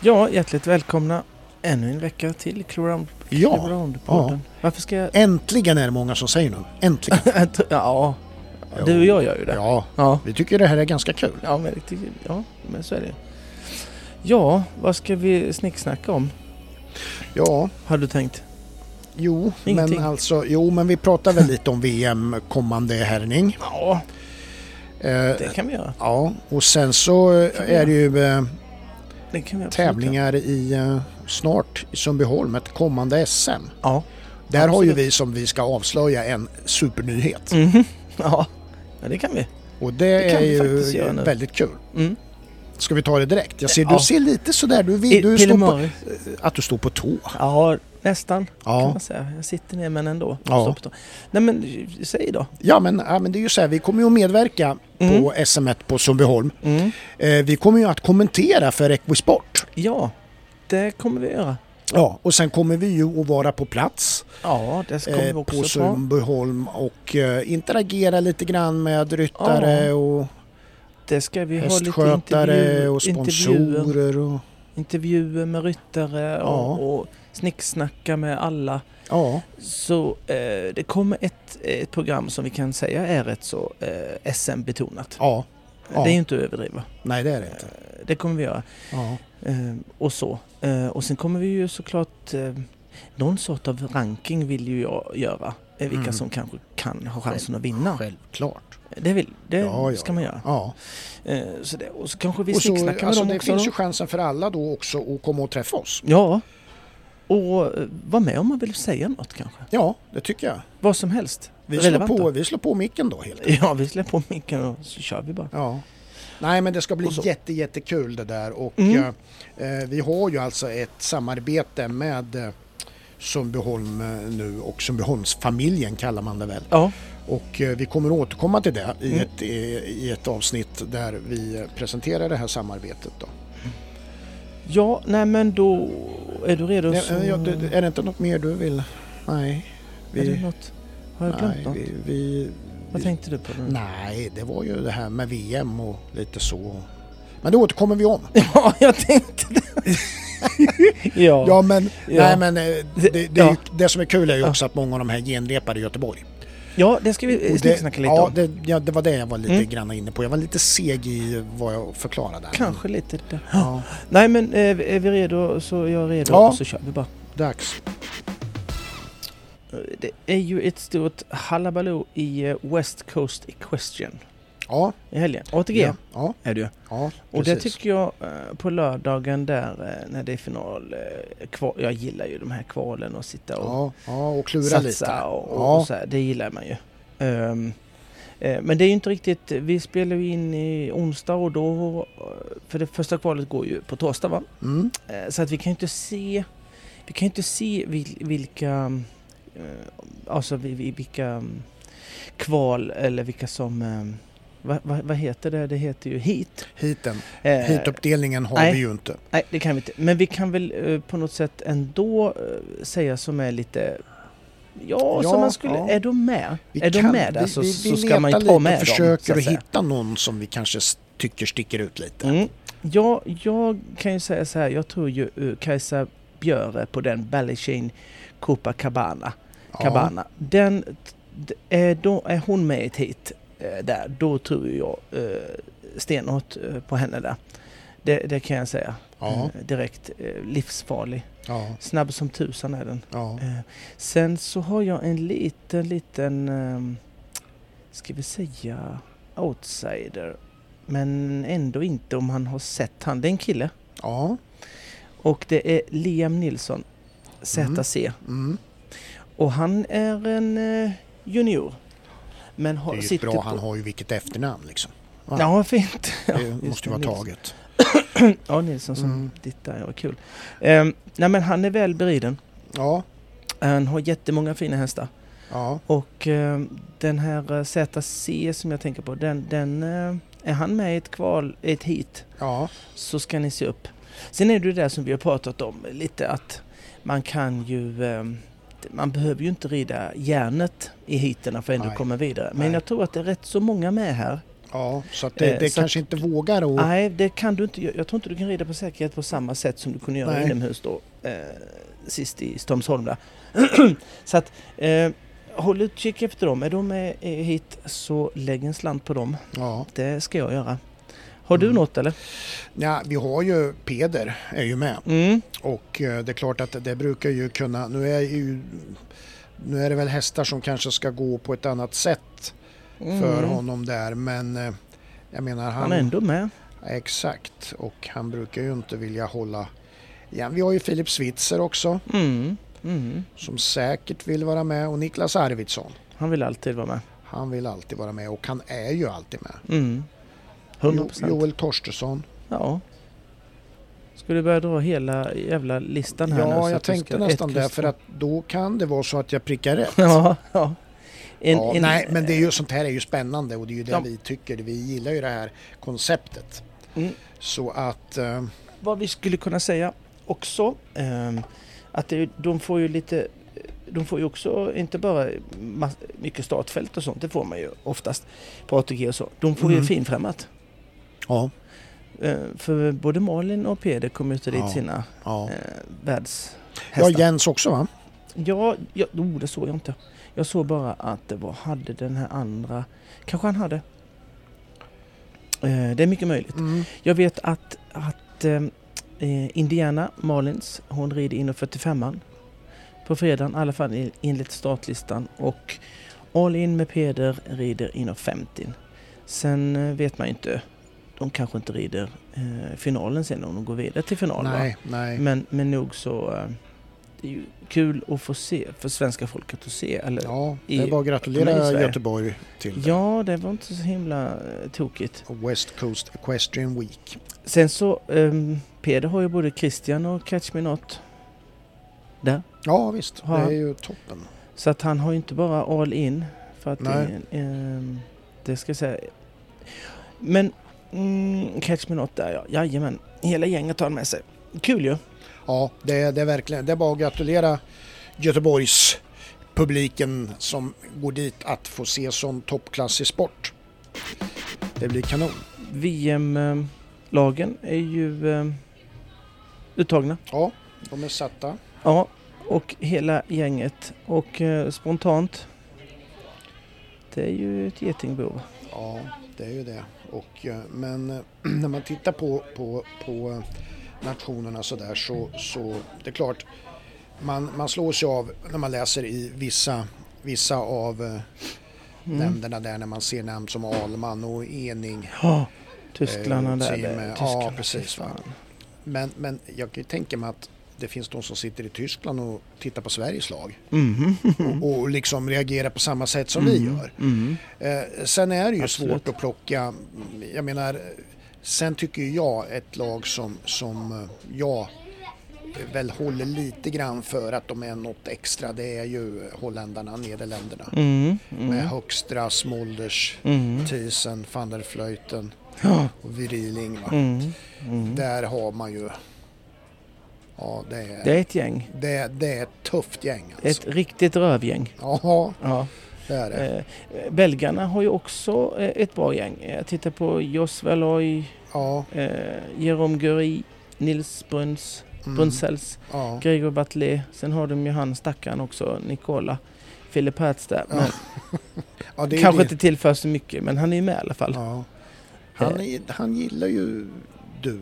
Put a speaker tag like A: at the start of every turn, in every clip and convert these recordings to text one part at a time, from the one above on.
A: Ja, hjärtligt välkomna ännu en vecka till Clown-
B: Ja,
A: Clownpodden. Varför ska jag...
B: äntligen är det många som säger nu. Äntligen.
A: ja, du och jag gör ju det.
B: Ja,
A: Ja,
B: vi tycker det här är ganska kul.
A: ja, men, riktigt, ja men så är det Ja, vad ska vi snicksnacka om?
B: Ja,
A: Har du tänkt?
B: jo,
A: Ingenting.
B: men alltså, jo, men vi pratar väl lite om VM kommande härning.
A: Ja,
B: Eh,
A: det kan vi göra.
B: ja, och sen så eh, är det ju
A: Det
B: eh,
A: kan vi absolut göra.
B: tävlingar i eh, snart i Sundbyholm, ett kommande SM.
A: Ja.
B: Där har ju
A: Absolut.
B: vi som vi ska avslöja en supernyhet
A: Mhm. ja. ja, det kan vi.
B: och det,
A: kan
B: är
A: vi faktiskt
B: ju
A: göra nu.
B: väldigt kul.
A: Mm.
B: Ska vi ta det direkt? Jag ser,
A: Ja.
B: Du ser lite sådär, du,
A: I-
B: vill- du
A: Bill
B: står på,
A: Murray.
B: att du står på tå.
A: Ja, nästan kan
B: Ja.
A: man säga. Jag sitter ner men ändå.
B: Ja.
A: Stopp då. Nej men, säg då.
B: Ja men, ja men det är ju så här, vi kommer ju att medverka
A: Mm.
B: på SM1 på Sundbyholm.
A: Mm.
B: Eh, vi kommer ju att kommentera för Equisport.
A: Ja, det kommer vi göra.
B: Ja, och sen kommer vi ju att vara på plats
A: Ja, det ska vi
B: eh, på
A: också ta.
B: Sundbyholm och eh, interagera lite grann med ryttare
A: Ja,
B: och
A: Det ska vi ha lite
B: hästskötare
A: intervju,
B: och
A: intervjuer,
B: sponsorer. Och,
A: intervjuer med ryttare
B: Ja.
A: och, och snicksnacka med alla.
B: ja,
A: Så eh, det kommer ett, ett program som vi kan säga är rätt så eh, SM-betonat.
B: ja, ja.
A: Det är ju inte att överdriva.
B: nej det är det inte.
A: Eh, Det kommer vi göra.
B: Ja,
A: Eh, och så. Eh, och sen kommer vi ju såklart... Eh, någon sort av ranking vill ju jag göra. Eh, vilka
B: Mm.
A: som kanske kan ha chansen att vinna.
B: självklart.
A: Det, vill, det
B: Ja, ja,
A: ska man göra.
B: Ja.
A: Eh, så det, och så kanske vi
B: Och så,
A: snicksnackar med
B: alltså,
A: dem
B: det
A: också.
B: finns
A: Då.
B: ju chansen för alla då också att komma och träffa oss.
A: Ja. Och eh, var med om man vill säga något kanske.
B: Ja, det tycker jag.
A: Vad som helst.
B: Vi slår,
A: Relevant
B: på,
A: då.
B: vi slår på micken då helt
A: Ja, vi släpper på micken och så kör vi bara.
B: Ja. Nej men det ska bli
A: Och så-
B: jätte, jättekul det där och
A: Mm.
B: eh, eh, vi har ju alltså ett samarbete med eh, Sundbyholm eh, nu och Sundbyholmsfamiljen kallar man det väl.
A: Ja,
B: Och eh, vi kommer återkomma till det i,
A: Mm.
B: ett, i, i ett avsnitt där vi eh, presenterar det här samarbetet. Då.
A: ja nej men då är du redo.
B: Nej,
A: så...
B: eh, ja, du- du- är det inte något mer du vill? Nej.
A: Är det
B: Vi,
A: något? Har jag glömt
B: nej,
A: något?
B: vi, vi,
A: Vad tänkte du på? nu?
B: nej, det var ju det här med VM och lite så. Men det återkommer vi om.
A: Ja, jag tänkte det. ja.
B: Ja men,
A: Ja.
B: Nej, men eh, det, det, är ju, det som är kul är ju
A: Ja.
B: också att många av de här genrepar i Göteborg.
A: ja, det ska vi eh,
B: Och det-
A: snicksnacka lite
B: ja,
A: om.
B: Det, ja, det var det jag var lite
A: Mm.
B: grann inne på. Jag var lite seg i vad jag förklarade. där.
A: Kanske lite där.
B: Ja,
A: Nej men eh, är vi redo så är jag redo
B: Ja.
A: och så kör vi bara. Eh,
B: dags.
A: Det är ju ett stort hallabaloo i eh, West Coast Equestrian
B: Ja,
A: i helgen. ATG
B: ja, ja,
A: är det ju.
B: ja
A: Och det
B: precis.
A: tycker jag eh, på lördagen där eh, när det är final. eh, Kval, jag gillar ju de här kvalen och sitta och
B: Ja, ja, och klura lite.
A: satsa och, och,
B: Ja.
A: och så här, det gillar man ju. Ehm, eh, men det är ju inte riktigt, vi spelar ju in i onsdag och då, eh, för det första kvalet går ju på torsdag va?
B: Mm.
A: Eh, Så att vi kan ju inte se, vi kan ju inte se vil, vilka, eh, alltså vi- vi- vilka mm, kval eller vilka som, eh, va, va, vad heter det? Det heter ju hit.
B: Hiten,
A: Eh,
B: hituppdelningen har
A: nej.
B: vi ju inte.
A: Nej, det kan vi inte. Men vi kan väl eh, på något sätt ändå eh, säga som är lite Ja,
B: Ja,
A: som man skulle,
B: ja.
A: är de med?
B: Vi
A: är de
B: kan-
A: med där
B: vi-
A: så,
B: vi- vi
A: så ska man ju
B: letar
A: ta
B: lite
A: med
B: och
A: dem. så
B: försöker
A: att
B: att
A: säga.
B: hitta någon som vi kanske s- tycker sticker ut lite.
A: Mm. Ja, jag kan ju säga så här. Jag tror ju eh, Kajsa Björe på den Balichin Copacabana.
B: Ja,
A: Cabana. Den, d- är, då, är hon med i ett hit eh, där, då tror ju jag eh, stenhårt eh, på henne där. Det, det kan jag säga.
B: ja,
A: Eh, direkt eh, livsfarlig.
B: ja,
A: Snabb som tusan är den.
B: ja.
A: Eh, sen så har jag en liten, liten, ehm, ska vi säga outsider. Men ändå inte om han har sett han. Det är en kille.
B: ja.
A: Och det är Liam Nilsson, ZC.
B: Mm.
A: Och han är en eh, junior. Men
B: Det
A: har,
B: är ju
A: sitter
B: bra,
A: på...
B: han har ju vilket efternamn liksom. va?
A: Ja, fint. Ja,
B: Det
A: just Alltså-
B: måste ju vara
A: Nilsson.
B: taget.
A: Ja, Nilsson som
B: Mm.
A: tittar. Ja, vad kul. Ehm, nej, men han är väl beriden.
B: Ja,
A: Han har jättemånga fina hästar.
B: ja,
A: Och eh, den här eh, ZC som jag tänker på, den, den eh, är han med i ett kval, i ett hit,
B: ja,
A: så ska ni se upp. Sen är det ju det där som vi har pratat om lite att man kan ju, eh, man behöver ju inte rida järnet i heaterna för att ändå
B: Nej.
A: komma vidare. Men
B: Nej.
A: jag tror att det är rätt så många med här
B: Ja, så att det,
A: Eh,
B: det
A: så
B: kanske inte vågar och...
A: Nej, det kan du inte. gö- Jag tror inte du kan rida på säkerhet på samma sätt som du kunde göra
B: Nej.
A: inomhus då. Eh, sist i Strömsholm där. så att eh, håll utkik efter dem. Är de eh, hit så lägg en slant på dem.
B: Ja.
A: Det ska jag göra. Har du
B: Mm.
A: något eller?
B: Ja, vi har ju Peder är ju med
A: Mm.
B: och eh, det är klart att det brukar ju kunna... Nu är, ju, nu är det väl hästar som kanske ska gå på ett annat sätt för honom där men eh, jag menar
A: Mm. Han är ändå med.
B: Exakt, och han brukar ju inte vilja hålla igen. Vi har ju Filip Switzer också
A: Mm. Mm.
B: som säkert vill vara med och Niklas Arvidsson.
A: Han vill alltid vara med.
B: Han vill alltid vara med och han är ju alltid med.
A: Mm. 100
B: Jo,
A: procent.
B: Joel Torstensson.
A: Ja. Ska du börja dra hela jävla listan här nu? så
B: Ja, jag
A: att du
B: tänkte
A: ska-
B: nästan
A: ett
B: det
A: kryss
B: för
A: två.
B: att då kan det vara så att jag prickar rätt.
A: ja, ja. En,
B: ja,
A: en,
B: nej, men det är ju, sånt här är ju spännande och det är ju det
A: Ja.
B: vi tycker. Vi gillar ju det här konceptet.
A: Mm.
B: Så att, eh,
A: Vad vi skulle kunna säga också ehm, att det, de får ju lite de får ju också inte bara ma- mycket startfält och sånt, det får man ju oftast på ATG och så. De får ju
B: Mm.
A: finfrämmat.
B: ja,
A: Eh, För både Malin och Peder kom ju till dit
B: Ja.
A: sina
B: ja.
A: eh,
B: Ja,
A: världshästar.
B: Jens också va?
A: Ja, ja oh, det såg jag inte. Jag såg bara att det var, hade den här andra, kanske han hade. Eh, det är mycket möjligt.
B: Mm.
A: Jag vet att, att eh, eh, Indiana Malins, hon rider inom 45an på fredagen, i alla fall en- enligt startlistan. Och All In med Peder rider inom 50. Sen eh, vet man ju inte, de kanske inte rider eh, finalen sen om de går vidare till finalen. va?
B: Nej, nej.
A: Men, men nog så... eh, Det är ju kul att få se, för svenska folket att se. Eller? Ja.
B: Ja,
A: eh, i-
B: det är bara
A: men
B: att
A: i
B: gratulera
A: Sverige.
B: Göteborg till det.
A: det var inte så himla eh, tokigt.
B: West Coast Equestrian Week.
A: Sen så, ehm, Peder har ju både Christian och Catch Me Not. Där.
B: Ja visst,
A: Har
B: det är
A: han-
B: ju toppen.
A: Så att han har ju inte bara all in. För att det,
B: Nej.
A: ehm, det ska jag säga. Men mm, Catch Me Not där ja, jajamän. Hela gänget har han med sig. Kul ju.
B: Ja, det är, det är verkligen, det är bara att gratulera Göteborgs publiken som går dit att få se sån toppklassig sport. Det blir kanon.
A: VM-lagen är ju ehm, uttagna.
B: Ja, de är satta.
A: Ja, och hela gänget. Och eh, spontant, det är ju ett getingbo.
B: Ja, det är ju det. Och, eh, men eh, när man tittar på, på, på eh, nationerna så där så, så det är klart man, man slås ju av när man läser i vissa, vissa av eh,
A: Mm.
B: nämnderna där när man ser namn som Alman och Ening.
A: Ja, Tysklarna
B: Eh,
A: där.
B: team,
A: där.
B: ja,
A: Tysklarna,
B: precis,
A: fy
B: va.
A: fan.
B: Men, men jag kan ju tänka mig att det finns de som sitter i Tyskland och tittar på Sveriges lag
A: Mhm.
B: och, och liksom reagerar på samma sätt som vi
A: Mm,
B: gör.
A: Mm.
B: Eh, sen är det ju
A: Absolut.
B: svårt att plocka, jag menar, eh, sen tycker ju jag ett lag som, som eh, jag eh, väl håller lite grann för att de är något extra, det är ju holländarna, Nederländerna.
A: Mm.
B: Med
A: Mm.
B: Högstra, Smolders,
A: Mm.
B: Typ. Thiesen, van der Vleuten
A: Ja.
B: och Viriling. Va?
A: Mm. Mm.
B: Där har man ju... Ja, det är,
A: Det
B: det...
A: är ett gäng.
B: Det, är ett tufft gäng alltså.
A: Ett riktigt rövgäng.
B: Ja,
A: Ja.
B: det är det.
A: Eh, belgarna har ju också eh, ett bra gäng. Jag tittar på Jos Valoy,
B: Ja,
A: eh, Jérôme Gury, Nils Bruns,
B: mm,
A: Brunsels.
B: ja,
A: Gregor Batley, sen har de ju han stackaren också, Nicola Philip Hertz där. Men
B: ja, det är
A: kanske
B: det.
A: inte tillför så mycket, men han är ju med i alla fall.
B: Ja.
A: Eh.
B: Han, är, han gillar ju du.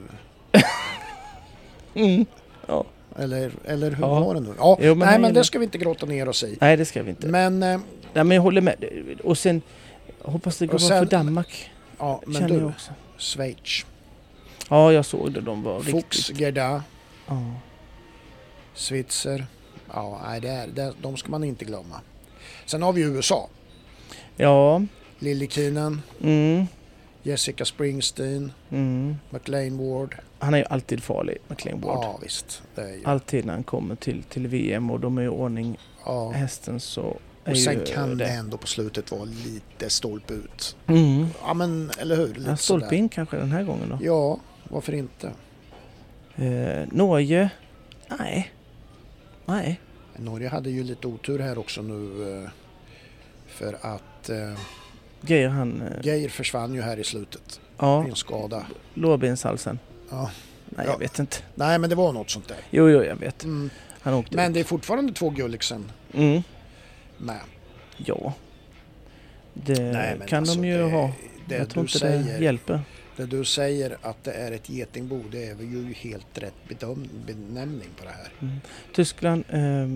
A: Mm. Ja.
B: Eller, eller hur
A: Ja.
B: var det nu? Ja,
A: Jo, men
B: nej,
A: han
B: men
A: gillar-
B: det ska vi inte gråta ner oss i.
A: Nej, det ska vi inte.
B: Men, eh,
A: Nej, men jag håller med. Och sen hoppas det går
B: Och
A: bra
B: sen-
A: för Danmark,
B: ja, men
A: känner jag
B: du,
A: också.
B: Schweiz.
A: Ja, jag såg det. De var
B: Fuchs,
A: riktigt...
B: Gerda,
A: Ja.
B: Switzer. Ja, nej, det är, det, de ska man inte glömma. Sen har vi USA.
A: ja.
B: Lily Keenan,
A: Mm.
B: Jessica Springsteen,
A: Mm.
B: McLean Ward.
A: Han är ju alltid farlig, McLean Ward.
B: Ja, visst. Det är ju,
A: Alltid när han kommer till, till VM och de är i ordning
B: ja.
A: hästen så är
B: Och sen
A: ju
B: kan det
A: det.
B: ändå på slutet vara lite stolpe ut.
A: Mm.
B: Ja, men eller hur? Lite
A: Ja, Stolpe
B: sådär.
A: in kanske den här gången då.
B: Ja, varför inte?
A: Eh, Norge? Nej. Nej.
B: Norge hade ju lite otur här också nu eh, för att eh,
A: Geijer han... eh,
B: Geijer försvann ju här i slutet.
A: Ja,
B: Vid en skada.
A: lårbenshalsen.
B: Ja.
A: Nej,
B: Ja.
A: jag vet inte.
B: Nej, men det var något sånt där.
A: Jo, jo, jag vet.
B: Mm.
A: Han åkte
B: Men det är fortfarande två Gulliksen
A: Mm.
B: med.
A: Ja. Det
B: Nej, men
A: Eh, kan
B: alltså,
A: de ju
B: det,
A: ha.
B: Det,
A: jag tror
B: du
A: inte
B: säger,
A: det hjälper.
B: det du säger att det är ett getingbo, det är väl ju helt rätt bedöm, benämning på det här.
A: Mm. Tyskland, eh,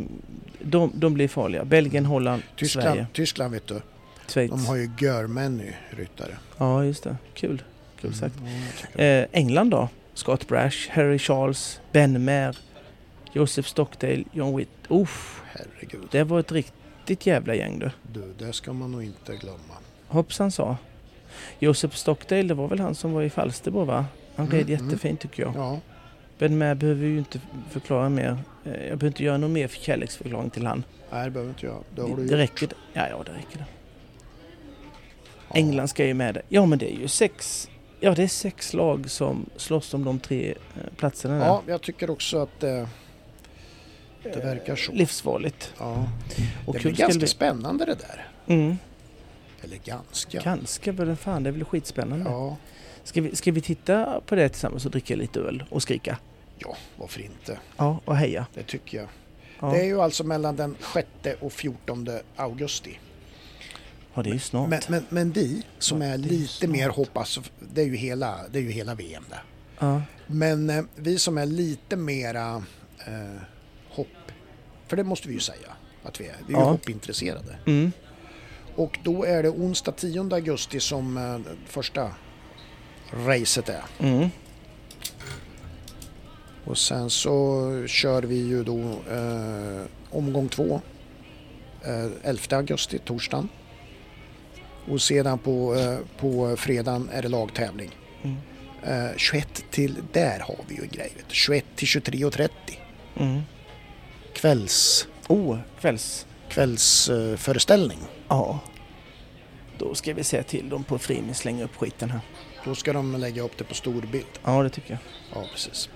A: de, de blir farliga. Belgien, Holland, Sverige,
B: Tyskland, Tyskland vet du,
A: Schweiz.
B: de har ju görmänny ryttare.
A: Ja, just det. Kul. Kul sagt.
B: Mm, jag tycker det.
A: Eh, England då? Scott Brash, Harry Charles, Ben Mair, Joseph Stockdale, John Witt. Uff,
B: Herregud,
A: det var ett riktigt jävla gäng du.
B: du, det ska man nog inte glömma.
A: Hoppsan sa. Joseph Stockdale, det var väl han som var i Falsterbo va? Han red
B: Mm, mm.
A: jättefint tycker jag.
B: Ja,
A: Ben Mair behöver ju inte förklara mer. Eh, Jag behöver inte göra någon mer kärleksförklaring till han.
B: nej det behöver inte jag. Det har
A: Det,
B: du
A: det
B: gjort.
A: räcker. det. Ja, ja, det räcker det.
B: Ja.
A: England ska ju med det. Ja, men det är ju sex. Ja, det är sex lag som slåss om de tre eh, platserna där.
B: Ja, jag tycker också att eh, det verkar så.
A: Livsfarligt.
B: Ja.
A: Och kul
B: det blir
A: ska det
B: ganska
A: bli.
B: spännande det där.
A: Mm.
B: Eller ganska.
A: Ganska, men fan det blir skitspännande.
B: Ja,
A: Ska, vi, ska vi titta på det tillsammans och dricka lite öl och skrika?
B: ja, varför inte?
A: Ja, och heja.
B: Det tycker jag.
A: Ja,
B: Det är ju alltså mellan den 6 och 14 augusti.
A: ja, det är ju snart.
B: Men, men, men vi som är
A: det är
B: lite
A: snart.
B: mer hoppas, det är ju hela, det är ju hela VM där.
A: ja.
B: Men eh, vi som är lite mera eh, hopp, för det måste vi ju säga att vi är. Vi är ju
A: Ja.
B: hoppintresserade.
A: Mm.
B: Och då är det onsdag 10 augusti som eh, första racet är.
A: Mm.
B: Och sen så kör vi ju då eh, omgång två eh, 11 augusti, torsdagen. Och sedan på, eh, på fredagen är det lagtävling.
A: Mm.
B: Eh, 21 till, där har vi ju en grej. Vet du. 21 till 23.30
A: Mm.
B: kvälls,
A: Oh, kvälls.
B: kvällsföreställning. Eh, föreställning.
A: Ja. Då ska vi se till dem på Frimis slänga upp skiten här.
B: då ska de lägga upp det på storbild.
A: Ja, det tycker jag.
B: Ja, precis.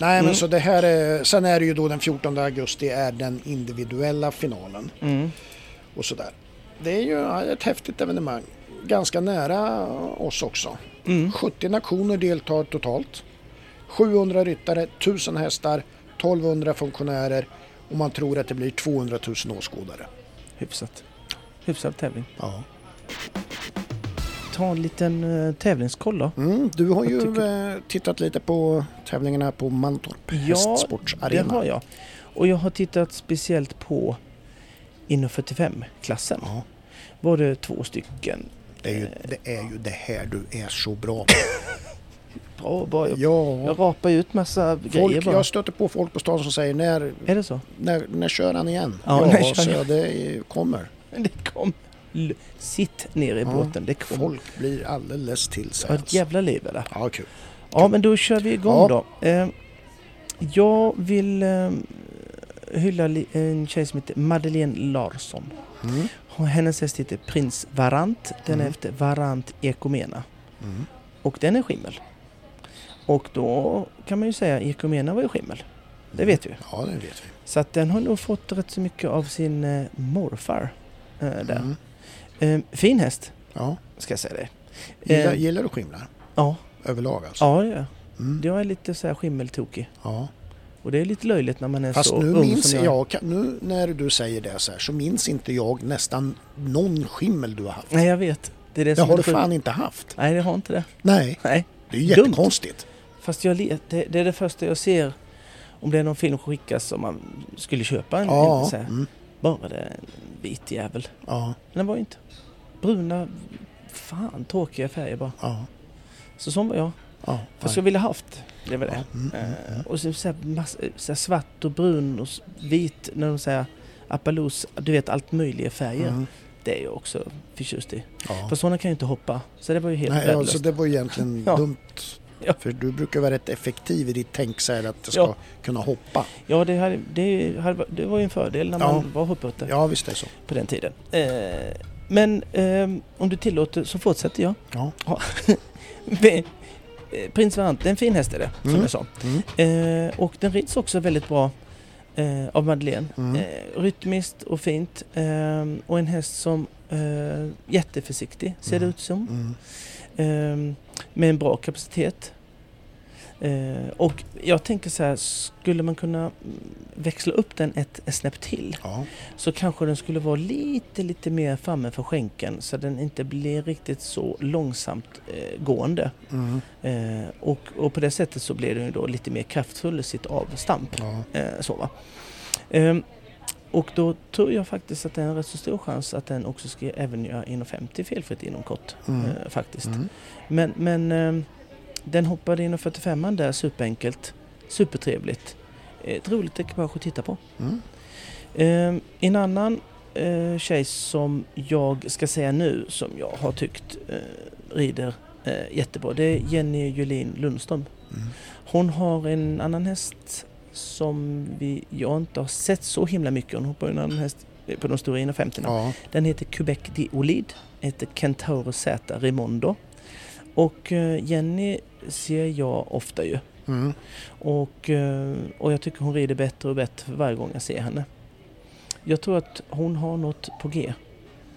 B: Nej, men
A: Mm.
B: så det här är, sen är det ju då den 14 augusti är den individuella finalen.
A: Mm.
B: och sådär. Det är ju ja, ett häftigt evenemang. Ganska nära oss också.
A: Mm.
B: 70 nationer deltar totalt. 700 ryttare, 1000 hästar, 1200 funktionärer och man tror att det blir 200 000 åskådare.
A: Hyfsat. Hyfsad tävling.
B: Ja.
A: Ta en liten eh, tävlingskoll då.
B: Mm, du har
A: Jag
B: ju
A: tycker-
B: eh, tittat lite på tävlingarna på Mantorp
A: Ja,
B: hästsportsarena.
A: Det har jag. Och jag har tittat speciellt på inom 45-klassen.
B: Ja,
A: Var det två stycken
B: det, är ju, det är ju det här du är så bra på.
A: bra, bra jag,
B: Ja,
A: jag rapar ju ut massa grejer
B: folk,
A: bara.
B: jag stöter på folk på stan som säger när,
A: Är det så?
B: när, när kör han igen?
A: Ja,
B: ja
A: när kör
B: så
A: han?
B: det är- kommer.
A: Det kom. L- Sitt ner i
B: Ja,
A: båten, det kom.
B: Folk blir alldeles till sig. alltså.
A: Ja, ett jävla liv är det.
B: Ja, kul.
A: Ja, men då kör vi igång
B: Ja.
A: då. Eh, jag vill eh, hylla li- en tjej som heter Madeleine Larsson.
B: Mm.
A: Hon- Hennes häst heter Prins Varant. Den
B: Mm.
A: är efter Varant Ekomena.
B: Mm.
A: Och den är skimmel. Och då kan man ju säga Ekomena var ju skimmel. Det
B: Mm.
A: vet vi ju.
B: Ja, det vet vi.
A: Så att den har nog fått rätt så mycket av sin eh, morfar. Eh, där.
B: Mm.
A: Eh, fin häst,
B: Ja.
A: ska jag säga det.
B: Gillar,
A: Eh,
B: gillar du skimlar?
A: ja,
B: Överlag alltså?
A: ja, ja.
B: Mm.
A: Jag är lite så här skimmeltokig.
B: ja.
A: Och det är lite löjligt när man är
B: Fast
A: så
B: nu
A: ung
B: minns
A: som
B: jag, kan- nu när du säger det så här, så minns inte jag nästan någon skimmel du har haft.
A: Nej, jag vet. Det är det
B: Det
A: som
B: har
A: är
B: du
A: sjukt.
B: fan inte haft.
A: Nej, det har inte det.
B: Nej,
A: Nej.
B: det är ju
A: Dumt.
B: jättekonstigt.
A: Fast jag let, det, det är det första jag ser om det är någon film som skickas som man skulle köpa. En, en,
B: Ja,
A: så här,
B: mm.
A: bara det är en vit jävel.
B: ja,
A: Men den var ju inte. Bruna, fan tråkiga färger bara.
B: ja,
A: Så sån var jag.
B: ja.
A: Fast jag ville haft. Det var det.
B: Mm, mm,
A: Eh, och så, så, här, massa, så här svart och brun och s- vit när de säger Appaloos, du vet allt möjliga färger.
B: Mm.
A: Det är jag också förtjust i.
B: Ja.
A: För sådana kan ju inte hoppa. Så det var ju helt
B: Nej,
A: värdelöst.
B: alltså det var ju egentligen
A: Ja.
B: dumt.
A: Ja.
B: För du brukar vara rätt effektiv i ditt tänk så här att det ska
A: Ja.
B: kunna hoppa.
A: Ja, det, hade, det, hade, det var ju en fördel när
B: Ja.
A: man var hoppryttare.
B: Ja, visst är det så.
A: på den tiden. Eh, men ehm, om du tillåter så fortsätter jag.
B: Ja.
A: Vi- eh, Prins Varant, det är en fin häst är det, som
B: Mm.
A: jag sa.
B: Mm.
A: Eh, och den rids också väldigt bra. eh, av Madeleine.
B: Mm.
A: Eh, rytmiskt och fint. Eh, och en häst som eh, jätteförsiktig ser
B: Mm.
A: det ut som.
B: Mm.
A: Eh, med en bra kapacitet. Eh, och jag tänker så här, skulle man kunna mm, växla upp den ett, ett snäpp till
B: Ja.
A: så kanske den skulle vara lite, lite mer framme för skänken så den inte blir riktigt så långsamt eh, gående.
B: Mm.
A: Eh, och, och på det sättet så blir den ju då lite mer kraftfull i sitt avstamp.
B: Ja.
A: Eh, så va? Ehm, och då tror jag faktiskt att det är en rätt så stor chans att den också ska även göra 1,50 felfritt inom kort.
B: Mm.
A: Eh, faktiskt.
B: Mm.
A: Men, men ehm, den hoppade in 45 där superenkelt. Supertrevligt. Eh, Ett roligt ekipage att titta på.
B: Mm.
A: Ehm, en annan eh, tjej som jag ska säga nu som jag har tyckt eh, rider eh, jättebra det är Jenny Julin Lundström.
B: Mm.
A: Hon har en annan häst som vi, jag inte har sett så himla mycket. Hon hoppar ju en annan häst eh, på de stora 150
B: Ja.
A: Den heter Quebec de Olid, heter Kentauro Z Rimondo. Och eh, Jenny ser jag ofta ju.
B: Mm.
A: Och, eh, och jag tycker hon rider bättre och bättre för varje gång jag ser henne. Jag tror att hon har något på G.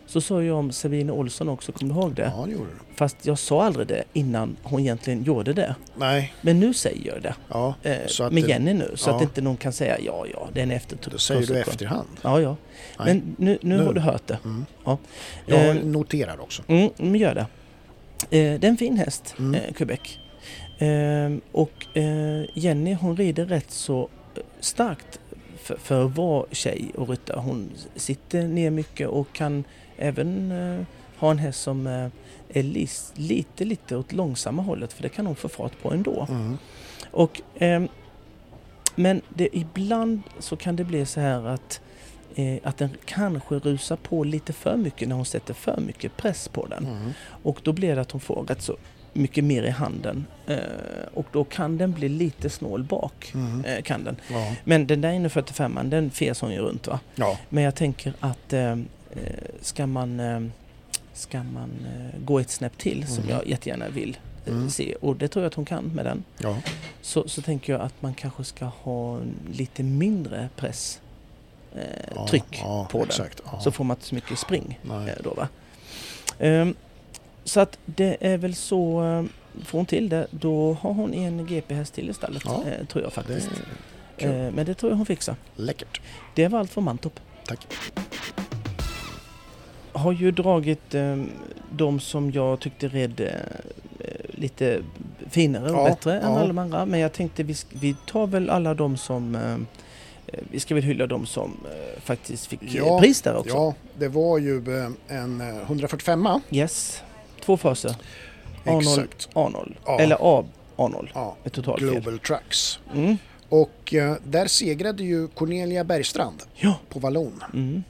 A: Så sa jag om Sabine Olsson också, kommer du ihåg det?
B: Ja, det gjorde du.
A: Fast jag sa aldrig det innan hon egentligen gjorde det.
B: Nej,
A: Men nu säger jag det.
B: ja.
A: Eh,
B: Så att
A: med
B: det-
A: Jenny nu, så
B: ja.
A: att inte någon kan säga ja, ja, det är en eftertryck.
B: Då säger du efterhand.
A: Ja, ja.
B: Nej.
A: Men nu, nu,
B: Nu.
A: har du hört det.
B: Mm.
A: Ja.
B: Jag
A: Eh,
B: noterar också.
A: Mm, men gör det. Eh, det är en fin häst,
B: Mm.
A: eh, Quebec. Eh, och eh, Jenny hon rider rätt så eh, starkt för, för att vara tjej och ryttare. Hon sitter ner mycket och kan även eh, ha en häst som eh, är lis, lite, lite åt långsamma hållet för det kan hon få fart på ändå.
B: Mm.
A: Och, ehm, men det, ibland så kan det bli så här att, eh, att den kanske rusar på lite för mycket när hon sätter för mycket press på den.
B: Mm.
A: Och då blir det att hon får rätt så mycket mer i handen. Eh, och då kan den bli lite snål bak.
B: Mm.
A: Eh, kan den.
B: Ja.
A: Men den där inne 45 den fes hon ju runt va.
B: ja.
A: Men jag tänker att eh, eh, ska man, eh, ska man eh, gå ett snäpp till som
B: Mm.
A: jag jättegärna vill eh,
B: Mm.
A: se. Och det tror jag att hon kan med den
B: ja.
A: så, så tänker jag att man kanske ska ha en lite mindre press, eh,
B: ja.
A: tryck,
B: ja.
A: på den.
B: Exakt. Ja.
A: så får man inte så mycket spring.
B: Nej.
A: Eh, då, va? Ehm, så att det är väl så, eh, får hon till det, då har hon en GP-häst till i stallet,
B: Ja,
A: eh, tror jag
B: Det
A: faktiskt.
B: är kul.
A: Eh, men det tror jag hon fixar.
B: läckert.
A: Det var allt från Mantorp.
B: Tack.
A: Har ju dragit eh, de som jag tyckte red eh, lite finare och
B: Ja,
A: bättre än
B: ja.
A: alla de andra. Men jag tänkte vi, sk- vi tar väl alla de som eh, eh, vi ska väl hylla de som eh, faktiskt fick eh,
B: Ja,
A: pris där också.
B: Ja, det var ju eh, en eh, 145
A: Yes. Två faser. A0,
B: Exakt.
A: A0.
B: Ja.
A: Eller A, A0.
B: Ja,
A: Ett totalt fel.
B: Global Trucks.
A: Mm.
B: Och eh, där segrade ju Cornelia Bergstrand
A: Ja.
B: på vallon
A: Mm.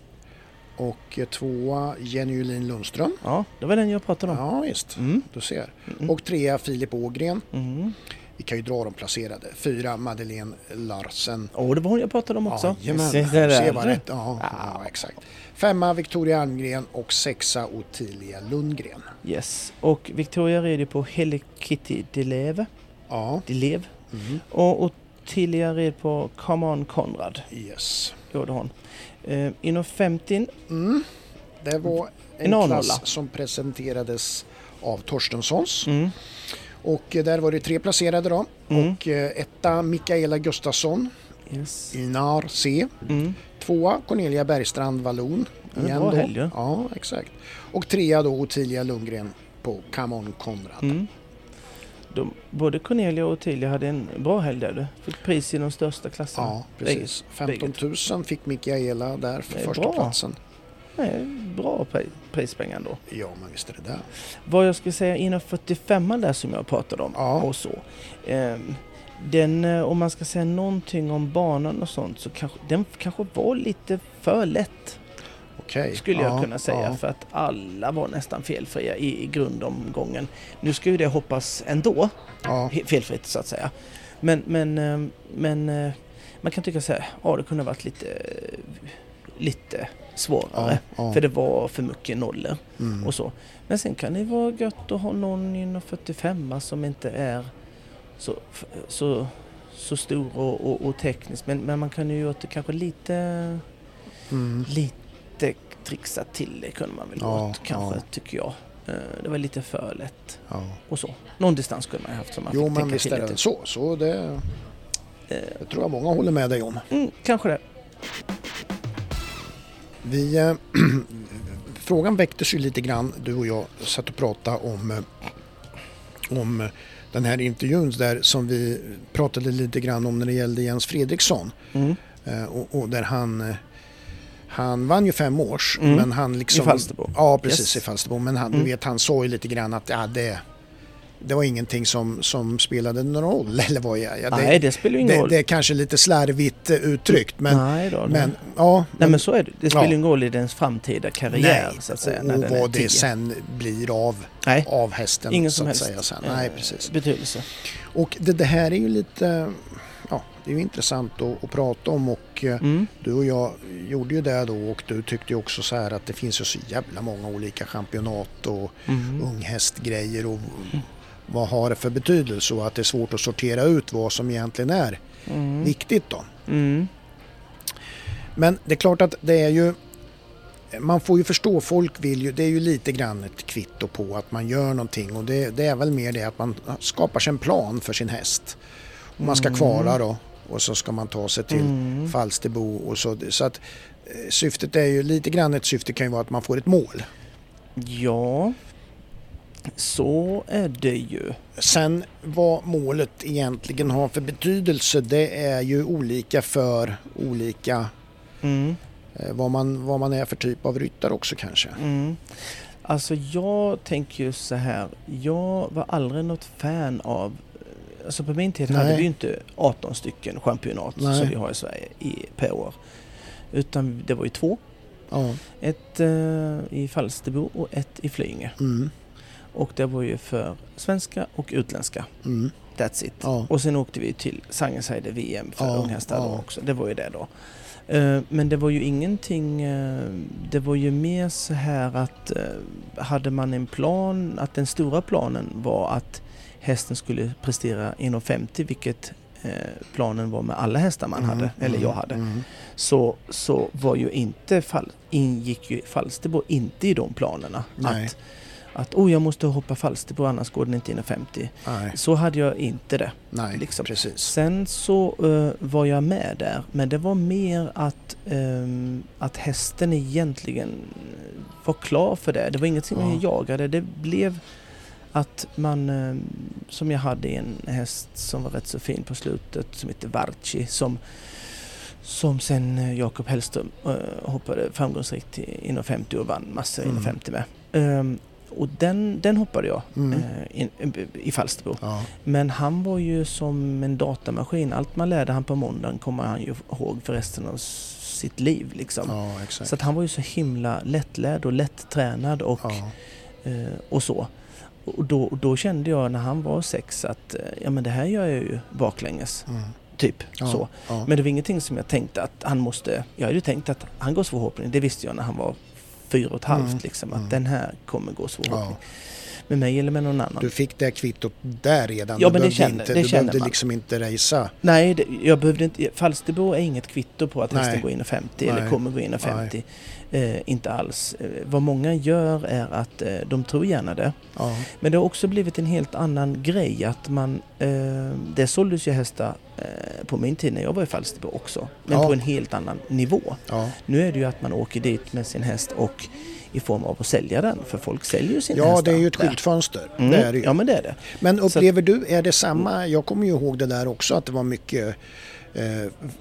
B: och eh, tvåa Jenny Julin Lundström.
A: ja, det var den jag pratade om.
B: Ja, visst.
A: Mm.
B: Du ser.
A: Mm.
B: Och trea Filip Ågren.
A: Mm.
B: Vi kan ju dra de placerade. Fyra Madeleine Larsen.
A: Och det var hon jag pratade om också.
B: Jajamän,
A: Se
B: du ser
A: där.
B: vad rätt. Ja, ja, exakt. Femma Victoria Almgren och sexa Ottilia Lundgren.
A: Yes. Och Victoria red ju på Hello Kitty Deleve.
B: Ja,
A: Deleve.
B: mm.
A: Och Ottilia red på Come on Conrad,
B: yes.
A: gjorde hon. Eh, inom 50
B: Mm. Det var en,
A: En A-nolla.
B: klass som presenterades av Torstenssons.
A: mm,
B: Och eh, där var det tre placerade då.
A: mm,
B: Och eh, etta Mikaela Gustafsson,
A: yes.
B: Inar C.
A: mm,
B: Tvåa Cornelia Bergstrand Wallon.
A: Ja, det
B: igen
A: var
B: då.
A: helg, ja.
B: Ja, exakt. Och trea då Ottilia Lundgren på Come on Konrad.
A: mm. De, både Cornelia och Ottilia hade en bra helg där du. Fick pris i de största klasserna.
B: Ja, precis. 15 000 fick Mikaela där för
A: Det är
B: första
A: bra.
B: platsen.
A: Nej, bra pri- prispengar ändå.
B: Ja, men visst är det där.
A: Vad jag skulle säga inom 45 där som jag pratade om
B: Ja.
A: och så. Ehm, den, eh, om man ska säga någonting om banan och sånt så kanske den kanske var lite för lätt.
B: Okej.
A: skulle jag
B: Ja,
A: kunna säga
B: ja.
A: för att alla var nästan felfria i, i grundomgången. Nu ska ju det hoppas ändå,
B: Ja,
A: he- felfritt så att säga. Men, men, eh, men eh, man kan tycka så här, ja det kunde ha varit lite, eh, lite svårare.
B: ja, ja.
A: För det var för mycket nollor
B: Mm.
A: och så. Men sen kan det vara gött att ha någon inom 45 som inte är så, så, så stor och, och, och teknisk. Men, men man kan ju göra det kanske lite,
B: Mm.
A: lite trixa till det kunde man väl
B: Ja,
A: gjort kanske,
B: ja.
A: tycker jag. Eh, Det var lite för lätt
B: Ja.
A: och så. Någon distans kunde man ju haft som man
B: Jo,
A: fick
B: men
A: tänka
B: visst
A: till
B: är
A: lite.
B: det så. så det,
A: Eh,
B: det tror jag många håller med dig om.
A: Mm, kanske det.
B: Vi, eh, frågan väcktes ju lite grann, du och jag satt och pratade om, eh, om den här intervjun där som vi pratade lite grann om när det gällde Jens Fredriksson.
A: Mm.
B: Eh, och, och där han, eh, han vann ju fem års,
A: Mm.
B: men han liksom...
A: I Falsterbo.
B: Ja, precis
A: Yes.
B: i Falsterbo. Men han,
A: Mm.
B: du vet, han sa ju lite grann att ja, det, det var ingenting som, som spelade någon roll. Eller vad jag, ja, det,
A: Nej, det spelar ju ingen
B: det,
A: roll.
B: det är kanske lite slarvigt eh, uttryckt, men...
A: Nej då. nej.
B: Men, ja,
A: Nej men så är det. Det spelar
B: Ja.
A: ju ingen roll i dens framtida karriär så att säga.
B: och, och
A: är
B: vad det
A: 10.
B: sen blir av,
A: Nej,
B: av hästen
A: ingen
B: så
A: som
B: att
A: helst
B: säga. Sen.
A: eh,
B: Nej, precis.
A: betydelse.
B: Och det, det här är ju lite, ja, det är ju intressant att, att prata om och eh,
A: Mm.
B: du och jag gjorde ju det då och du tyckte ju också så här att det finns ju så jävla många olika championat och
A: Mm.
B: unghästgrejer och vad har det för betydelse och att det är svårt att sortera ut vad som egentligen är
A: Mm.
B: viktigt då.
A: Mm.
B: Men det är klart att det är ju man får ju förstå, folk vill ju, det är ju lite grann ett kvitto på att man gör någonting och det, det är väl mer det att man skapar sig en plan för sin häst. Och man ska
A: Mm.
B: kvala då och så ska man ta sig till
A: Mm.
B: Falsterbo och så. så att, eh, syftet är ju lite grann ett syfte kan ju vara att man får ett mål.
A: Ja, så är det ju.
B: Sen vad målet egentligen har för betydelse det är ju olika för olika
A: Mm.
B: eh, vad man, vad man är för typ av ryttare också kanske.
A: Mm. Alltså jag tänker ju så här. Jag var aldrig något fan av Alltså på min tid hade
B: Nej.
A: vi ju inte 18 stycken championat
B: Nej.
A: som vi har i Sverige i, per år. Utan det var ju två.
B: Ja.
A: Ett eh, i Falsterbo och ett i Flyinge.
B: Mm.
A: Och det var ju för svenska och utländska.
B: Mm.
A: That's it.
B: Ja.
A: Och sen åkte vi till Sangenseide VM för
B: Ja,
A: unghästar då
B: ja.
A: också. Det var ju det då. Eh, Men det var ju ingenting, eh, det var ju mer så här att eh, hade man en plan, att den stora planen var att hästen skulle prestera inom 50 vilket eh, planen var med alla hästar man
B: Mm,
A: hade, eller
B: mm,
A: jag hade,
B: mm.
A: så, så var ju inte fall, ingick ju Falsterbo inte i de planerna.
B: Nej.
A: Att, att oh, jag måste hoppa Falsterbo annars går den inte inom 50.
B: Nej,
A: Så hade jag inte det.
B: nej
A: liksom.
B: precis.
A: Sen så eh, var jag med där, men det var mer att, ehm, att hästen egentligen var klar för det. Det var ingenting
B: Ja.
A: jag jagade. Det blev att man, ehm, som jag hade en häst som var rätt så fin på slutet, som hette Varchi, som, som sen eh, Jakob Hellström eh, hoppade framgångsrikt i- inom 50 och vann massor inom
B: Mm.
A: 50 med. Ehm, och den, den hoppade jag
B: Mm.
A: eh, in, i Falsterbo.
B: Ja,
A: Men han var ju som en datamaskin. Allt man lärde han på måndagen kommer han ju ihåg för resten av s- sitt liv. Liksom.
B: ja exakt.
A: så att han var ju så himla lättlärd och lätttränad och,
B: ja,
A: eh, och så. Och då, och då kände jag när han var sex att eh, ja, men det här gör jag ju baklänges.
B: mm.
A: Typ
B: ja,
A: så.
B: Ja,
A: Men det var ingenting som jag tänkte att han måste... Jag hade ju tänkt att han går svårhoppning. Det visste jag när han var fyra och ett halvt.
B: Mm,
A: Liksom, att
B: mm.
A: den här kommer gå svårhoppning.
B: ja.
A: Med mig eller med någon annan.
B: Du fick det kvittot där redan.
A: Ja, men
B: du
A: det
B: behövde
A: känner-
B: inte,
A: det
B: Du
A: känner
B: behövde
A: man.
B: liksom inte racea.
A: Nej, det, jag behövde inte. Falsterbo är inget kvitto på att
B: Nej.
A: hästen går in i 50 eller
B: Nej.
A: kommer gå in i 50. Eh, inte alls. Eh, vad många gör är att eh, de tror gärna det.
B: Ja,
A: Men det har också blivit en helt annan grej att man... Eh, det såldes ju hästar eh, på min tid när jag var i Falsterbo också. Men
B: Ja.
A: på en helt annan nivå.
B: ja.
A: Nu är det ju att man åker dit med sin häst och i form av att sälja den. För folk säljer ju sin
B: ja
A: häst.
B: det är ju ett
A: där.
B: skyltfönster.
A: Mm.
B: Det är det ju.
A: Ja, men det är det.
B: Men upplever du, är det samma? Jag kommer ju ihåg det där också att det var mycket eh,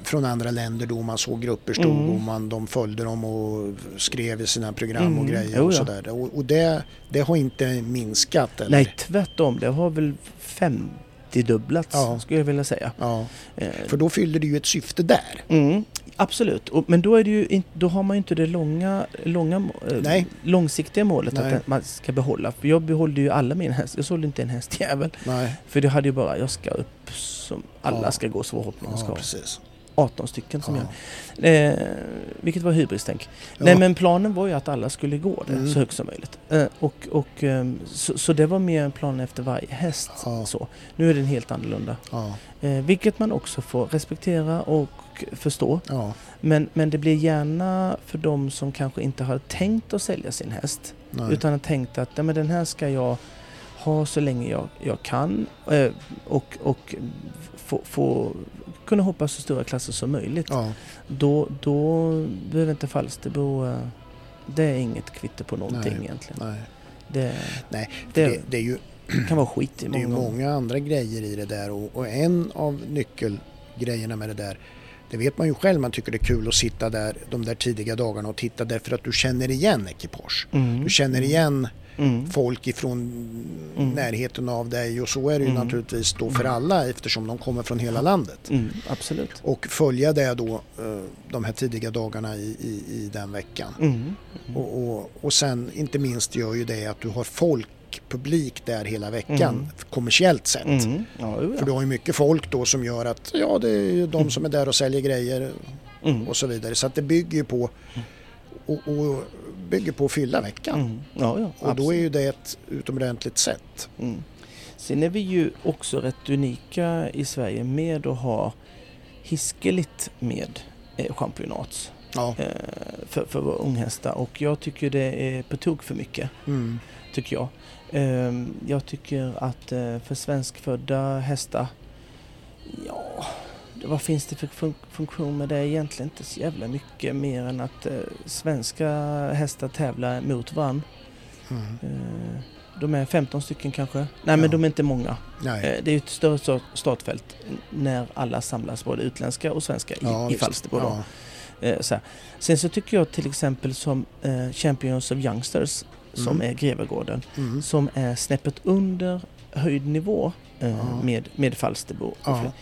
B: från andra länder då man såg grupper stod
A: Mm.
B: och man, de följde dem och skrev i sina program och
A: Mm.
B: grejer
A: Jo,
B: och
A: ja.
B: sådär. Och, och det, det har inte minskat? Eller?
A: Nej, tvärtom. Det har väl 50-dubblats
B: Ja.
A: skulle jag vilja säga.
B: Ja,
A: Eh,
B: för då fyllde det ju ett syfte där.
A: Mm, absolut, och, men då, är det ju in, då har man ju inte det långa, långa, må- eh,
B: Nej.
A: långsiktiga målet
B: Nej.
A: att den- man ska behålla. För jag behållde ju alla mina hästar, jag sålde inte en hästjävel.
B: Nej.
A: För det hade ju bara, jag ska upp som alla
B: Ja.
A: ska gå svårhoppning och
B: Ja,
A: ska.
B: precis.
A: 18 stycken som
B: ja.
A: jag... Eh, vilket var hybris tänk.
B: Ja.
A: Nej men planen var ju att alla skulle gå det
B: Mm.
A: så högt som möjligt. Eh, och, och, ehm, så, så det var mer en plan efter varje häst.
B: Ja.
A: Så. Nu är den helt annorlunda.
B: Ja,
A: Eh, vilket man också får respektera och förstå.
B: ja,
A: Men, men det blir gärna för de som kanske inte har tänkt att sälja sin häst.
B: nej.
A: Utan har tänkt att Nej, men den här ska jag ha så länge jag, jag kan. Eh, och och få, få kunna hoppa så stora klasser som möjligt.
B: ja,
A: Då, då behöver inte Falsterbo... eh, Det är inget kvitto på någonting
B: Nej.
A: egentligen.
B: nej.
A: Det,
B: Nej,
A: det,
B: Det, det, är ju,
A: kan vara skit i
B: det är ju
A: många gånger.
B: många andra grejer i det där och, och en av nyckelgrejerna med det där det vet man ju själv, man tycker det är kul att sitta där de där tidiga dagarna och titta därför att du känner igen ekipage.
A: Mm.
B: Du känner igen
A: mm.
B: folk ifrån
A: Mm.
B: närheten av dig och så är det ju
A: Mm.
B: naturligtvis då för
A: Mm.
B: alla eftersom de kommer från hela landet.
A: Mm, absolut.
B: Och följa det då eh, de här tidiga dagarna i, i, i den veckan.
A: Mm. Mm.
B: Och, och, och sen inte minst gör ju det att du har folk, publik där hela veckan
A: Mm.
B: kommersiellt sett.
A: Mm. Ja, jo,
B: För du
A: ja.
B: har ju mycket folk då som gör att ja det är ju de som är där och säljer grejer
A: Mm.
B: och så vidare. Så att det bygger ju på och, och bygger på att fylla veckan.
A: Mm. Ja, ja,
B: Och då är
A: absolut.
B: ju det ett utomordentligt sätt.
A: Mm. Sen är vi ju också rätt unika i Sverige med att ha hiskeligt med eh, championat
B: Ja.
A: eh, för, för våra unghästar och jag tycker det är på tok för mycket,
B: Mm.
A: tycker jag. Ehm, jag tycker att eh, för svenskfödda hästar, ja, det- vad finns det för fun- funktion med det? Egentligen inte så jävla mycket mer än att eh, svenska hästar tävlar mot varandra.
B: Mm.
A: Eh, De är 15 stycken kanske. Nej
B: Ja.
A: men de är inte många.
B: Nej.
A: Eh, Det är ju ett större sta- startfält när alla samlas, både utländska och svenska, i, i
B: visst.
A: Falsterbo. då.
B: Ja.
A: Eh, Så här. Sen så tycker jag till exempel som eh, Champions of Youngsters, som
B: Mm.
A: är Grevegården,
B: Mm.
A: som är snäppet under höjdnivå eh,
B: Ja.
A: med, med Falsterbo, och
B: Ja.
A: fler,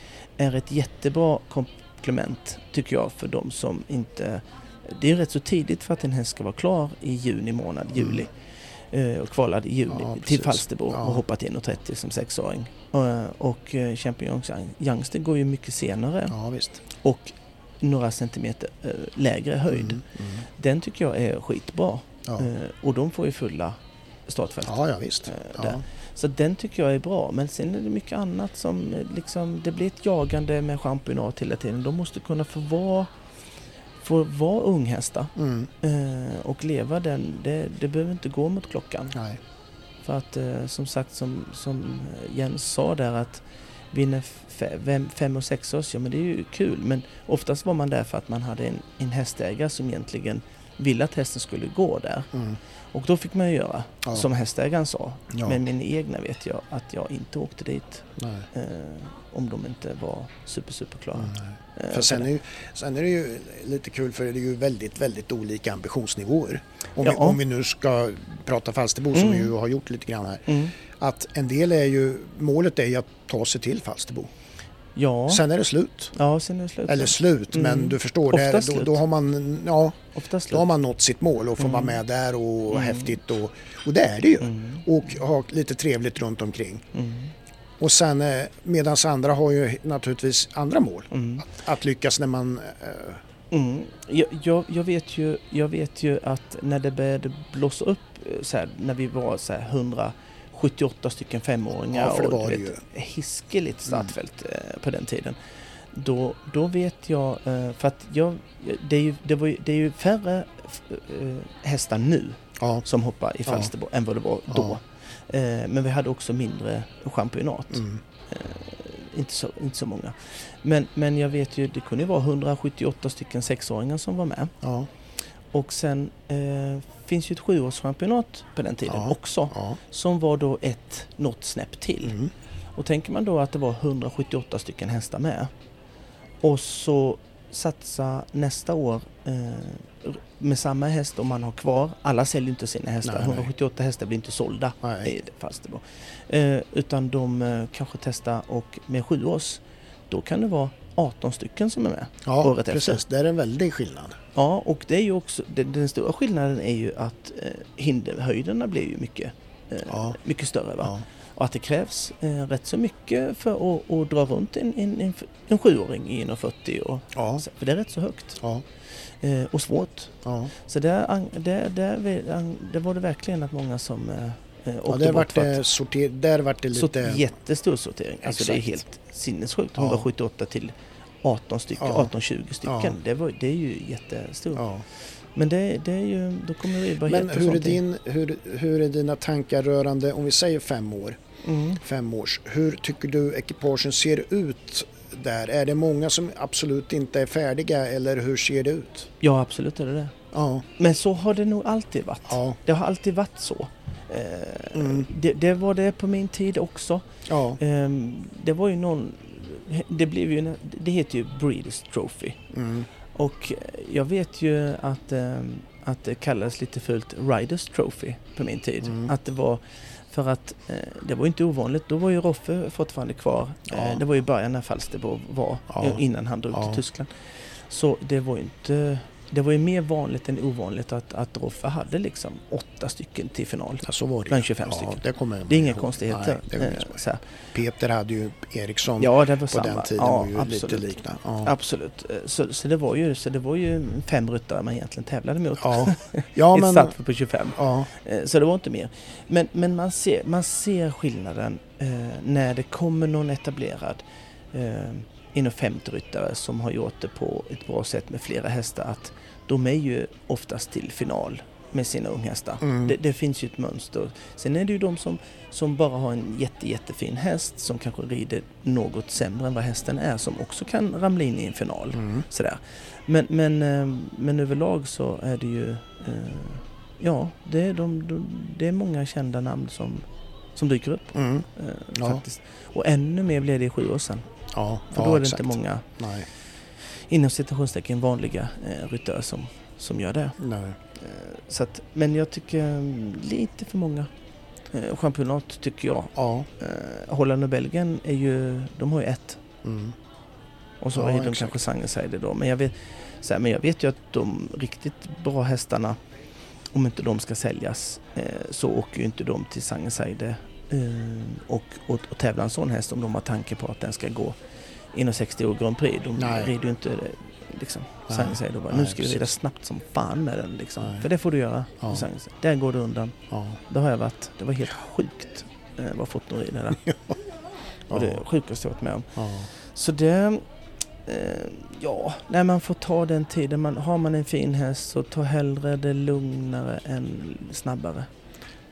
A: är ett jättebra komplement tycker jag för de som inte... Det är rätt så tidigt för att en häst ska vara klar i juni månad,
B: Mm.
A: juli. eh, Och kvalad i juni
B: Ja,
A: till
B: precis.
A: Falsterbo
B: Ja.
A: och hoppat in och 30 som sexåring. Eh, Och eh, Champions Youngster går ju mycket senare
B: ja visst.
A: och några centimeter eh, lägre höjd.
B: Mm. Mm.
A: Den tycker jag är skitbra.
B: Ja.
A: Eh, Och de får ju fulla startfält.
B: ja, ja visst.
A: Eh, där.
B: Ja.
A: Så den tycker jag är bra. Men sen är det mycket annat som eh, liksom, det blir ett jagande med champinat hela tiden. De måste kunna få vara, få vara unghästar
B: Mm.
A: eh, och leva den. Det, det behöver inte gå mot klockan.
B: Nej.
A: För att eh, som sagt, som, som Jens sa där att vinna fe- vem- fem och sex års, ja men det är ju kul. Men oftast var man där för att man hade en, en hästägare som egentligen ville att hästen skulle gå där.
B: Mm.
A: Och då fick man ju göra
B: Ja.
A: som hästägaren sa.
B: Ja.
A: Men min egna vet jag att jag inte åkte dit
B: Nej.
A: eh, om de inte var super, super klara.
B: Mm, nej.
A: Eh,
B: För sen är,
A: det.
B: ju, sen är det ju lite kul för det är ju väldigt, väldigt olika ambitionsnivåer. Om, vi,
A: Ja.
B: om vi nu ska prata Falsterbo som
A: Mm.
B: vi ju har gjort lite grann här.
A: Mm.
B: Att en del är ju, målet är ju att ta sig till Falsterbo.
A: Ja.
B: Sen är det slut.
A: ja, sen är det slut.
B: Eller slut,
A: Mm.
B: men du förstår, det,
A: Oftast
B: är- då,
A: slut.
B: då, har man, ja,
A: Ofta
B: då
A: slut.
B: har man nått sitt mål och får
A: Mm.
B: vara med där och
A: Mm.
B: häftigt och, och det är det ju.
A: Mm.
B: Och ha lite trevligt runt omkring.
A: Mm.
B: Och sen medan andra har ju naturligtvis andra mål.
A: Mm.
B: Att lyckas när man... eh,
A: Mm. Jag, jag, jag, vet ju, jag vet ju att när det började blåsa upp, eh, så här, när vi var så här 178 stycken femåringar
B: Ja, för det var
A: och
B: det Mm.
A: du vet, hiskeligt startfält eh, på den tiden. Då, då vet jag, eh, för att jag, det, är ju, det, var ju, det är ju färre f- eh, hästar nu
B: ja,
A: som hoppar i
B: Ja.
A: Falsterbo än vad det var då. Eh, Men vi hade också mindre championat.
B: mm,
A: Eh, Inte, så, inte så många. Men, men jag vet ju, det kunde ju vara 178 stycken sexåringar som var med.
B: ja,
A: Och sen eh, finns ju ett sjuårschampionat på den tiden
B: Ja.
A: också.
B: ja.
A: Som var då ett, något snäpp till.
B: Mm.
A: Och tänker man då att det var 178 stycken hästar med. Och så satsa nästa år eh, med samma häst om man har kvar. Alla säljer ju inte sina hästar.
B: Nej, nej.
A: 178 hästar blir inte sålda.
B: Nej.
A: Nej. Fast det var. Eh, utan de eh, kanske testar och med sjuårs då kan det vara 18 stycken som är med.
B: Ja,
A: året efter.
B: precis. Det är en väldig skillnad.
A: Ja, och det är ju också, den, den stora skillnaden är ju att eh, hinderhöjderna blir ju mycket, eh,
B: Ja.
A: mycket större. Va?
B: Ja.
A: Och att det krävs eh, rätt så mycket för att, att dra runt en, en, en, en sjuåring i 1,40. Och,
B: Ja,
A: så- För det är rätt så högt
B: ja,
A: eh, och svårt.
B: ja.
A: Så där, ang- där, där, vi- ang- där var det verkligen att många som eh, eh,
B: ja
A: åkte
B: där,
A: bort
B: vart
A: för att
B: det eh, sorter, där vart det
A: så
B: lite...
A: jättestor sortering. Alltså det är
B: Exakt.
A: helt sinnessjukt.
B: Ja.
A: 178 till 18 stycken,
B: Ja.
A: 18-20 stycken.
B: Ja.
A: Det, var, det är ju jättestort.
B: Ja.
A: Men det, det är ju, då kommer det ju bara
B: Men
A: heta
B: hur är,
A: någonting.
B: din, hur, hur är dina tankar rörande, om vi säger fem år,
A: Mm.
B: fem års, hur tycker du ekipagen ser ut där? Är det många som absolut inte är färdiga eller hur ser det ut?
A: Ja, absolut är det det.
B: Ja,
A: Men så har det nog alltid varit.
B: ja,
A: Det har alltid varit så. Eh,
B: mm,
A: det, det var det på min tid också.
B: ja,
A: Eh, det var ju någon... Det, blev ju, en- det heter ju Breeders Trophy.
B: mm,
A: Och eh, jag vet ju att, eh, att det kallades lite fult Riders Trophy på min tid.
B: Mm.
A: Att det var för att eh, det var ju inte ovanligt. Då var ju Roffe fortfarande kvar.
B: Ja.
A: Eh, det var ju i början när Falsterbo var
B: Ja.
A: eh, innan han drog
B: Ja.
A: till Tyskland. Så det var ju inte det var ju mer vanligt än ovanligt att, att Roffe hade liksom åtta stycken till final.
B: ja, så var det.
A: Bland
B: ju.
A: 25
B: Alltså, ja,
A: stycken.
B: Det, kommer
A: Det är inga
B: man ihåg.
A: konstigheter.
B: Nej, det är inga
A: eh,
B: konstigheter.
A: så här.
B: Peter hade ju Eriksson
A: Ja, det var
B: på
A: samma.
B: den tiden
A: ja,
B: var ju
A: absolut.
B: lite liknande. Ja.
A: Absolut. Eh, Så, så, det var ju, så det var ju fem ryttare man egentligen tävlade mot.
B: Ja. ja,
A: I ett
B: men...
A: startfält på 25.
B: Ja,
A: Eh, Så det var inte mer. Men, men man, ser, man ser skillnaden eh, när det kommer någon etablerad eh, inom 50 ryttare som har gjort det på ett bra sätt med flera hästar. Att de är ju oftast till final med sina unghästar.
B: mm,
A: Det, det finns ju ett mönster. Sen är det ju de som, som bara har en jätte, jättefin häst som kanske rider något sämre än vad hästen är som också kan ramla in i en final.
B: mm,
A: Sådär. Men, men, eh, men överlag så är det ju... eh, Ja, det är, de, de, det är många kända namn som, som dyker upp.
B: mm,
A: eh,
B: Ja.
A: faktiskt. Och ännu mer blev det i sju år sedan.
B: ja,
A: För
B: ja,
A: då är det
B: exakt.
A: inte många,
B: Nej,
A: inom citationstecken, vanliga eh, ryttare som, som gör det.
B: nej.
A: Eh, så att, men jag tycker mm, lite för många. Eh, championat tycker jag.
B: Ja,
A: Eh, Holland och Belgien är ju, de har ju ett.
B: mm,
A: Och så
B: Ja,
A: har ju de
B: exakt.
A: kanske Sangerseide då. Men jag, vet, så här, men jag vet ju att de riktigt bra hästarna, om inte de ska säljas, eh, så åker ju inte de till Sangerseide eh, och, och, och tävlar en sån häst om de har tanke på att den ska gå inom 60 år Grand Prix. De
B: Nej.
A: rider ju inte eh, liksom,
B: Nej.
A: Sangerseide och bara, nu
B: Nej,
A: ska du
B: precis.
A: rida snabbt som fan med den. Liksom.
B: Nej.
A: För det får du göra.
B: Ja.
A: Ja. Där går du undan.
B: ja,
A: Det har jag varit. Det var helt sjukt eh, vad fort de rider där. Och det
B: ja,
A: sjukaste jag varit med om.
B: ja,
A: Så det... Eh, ja, nej, man får ta den tiden. Man, har man en fin häst så ta hellre det lugnare än snabbare.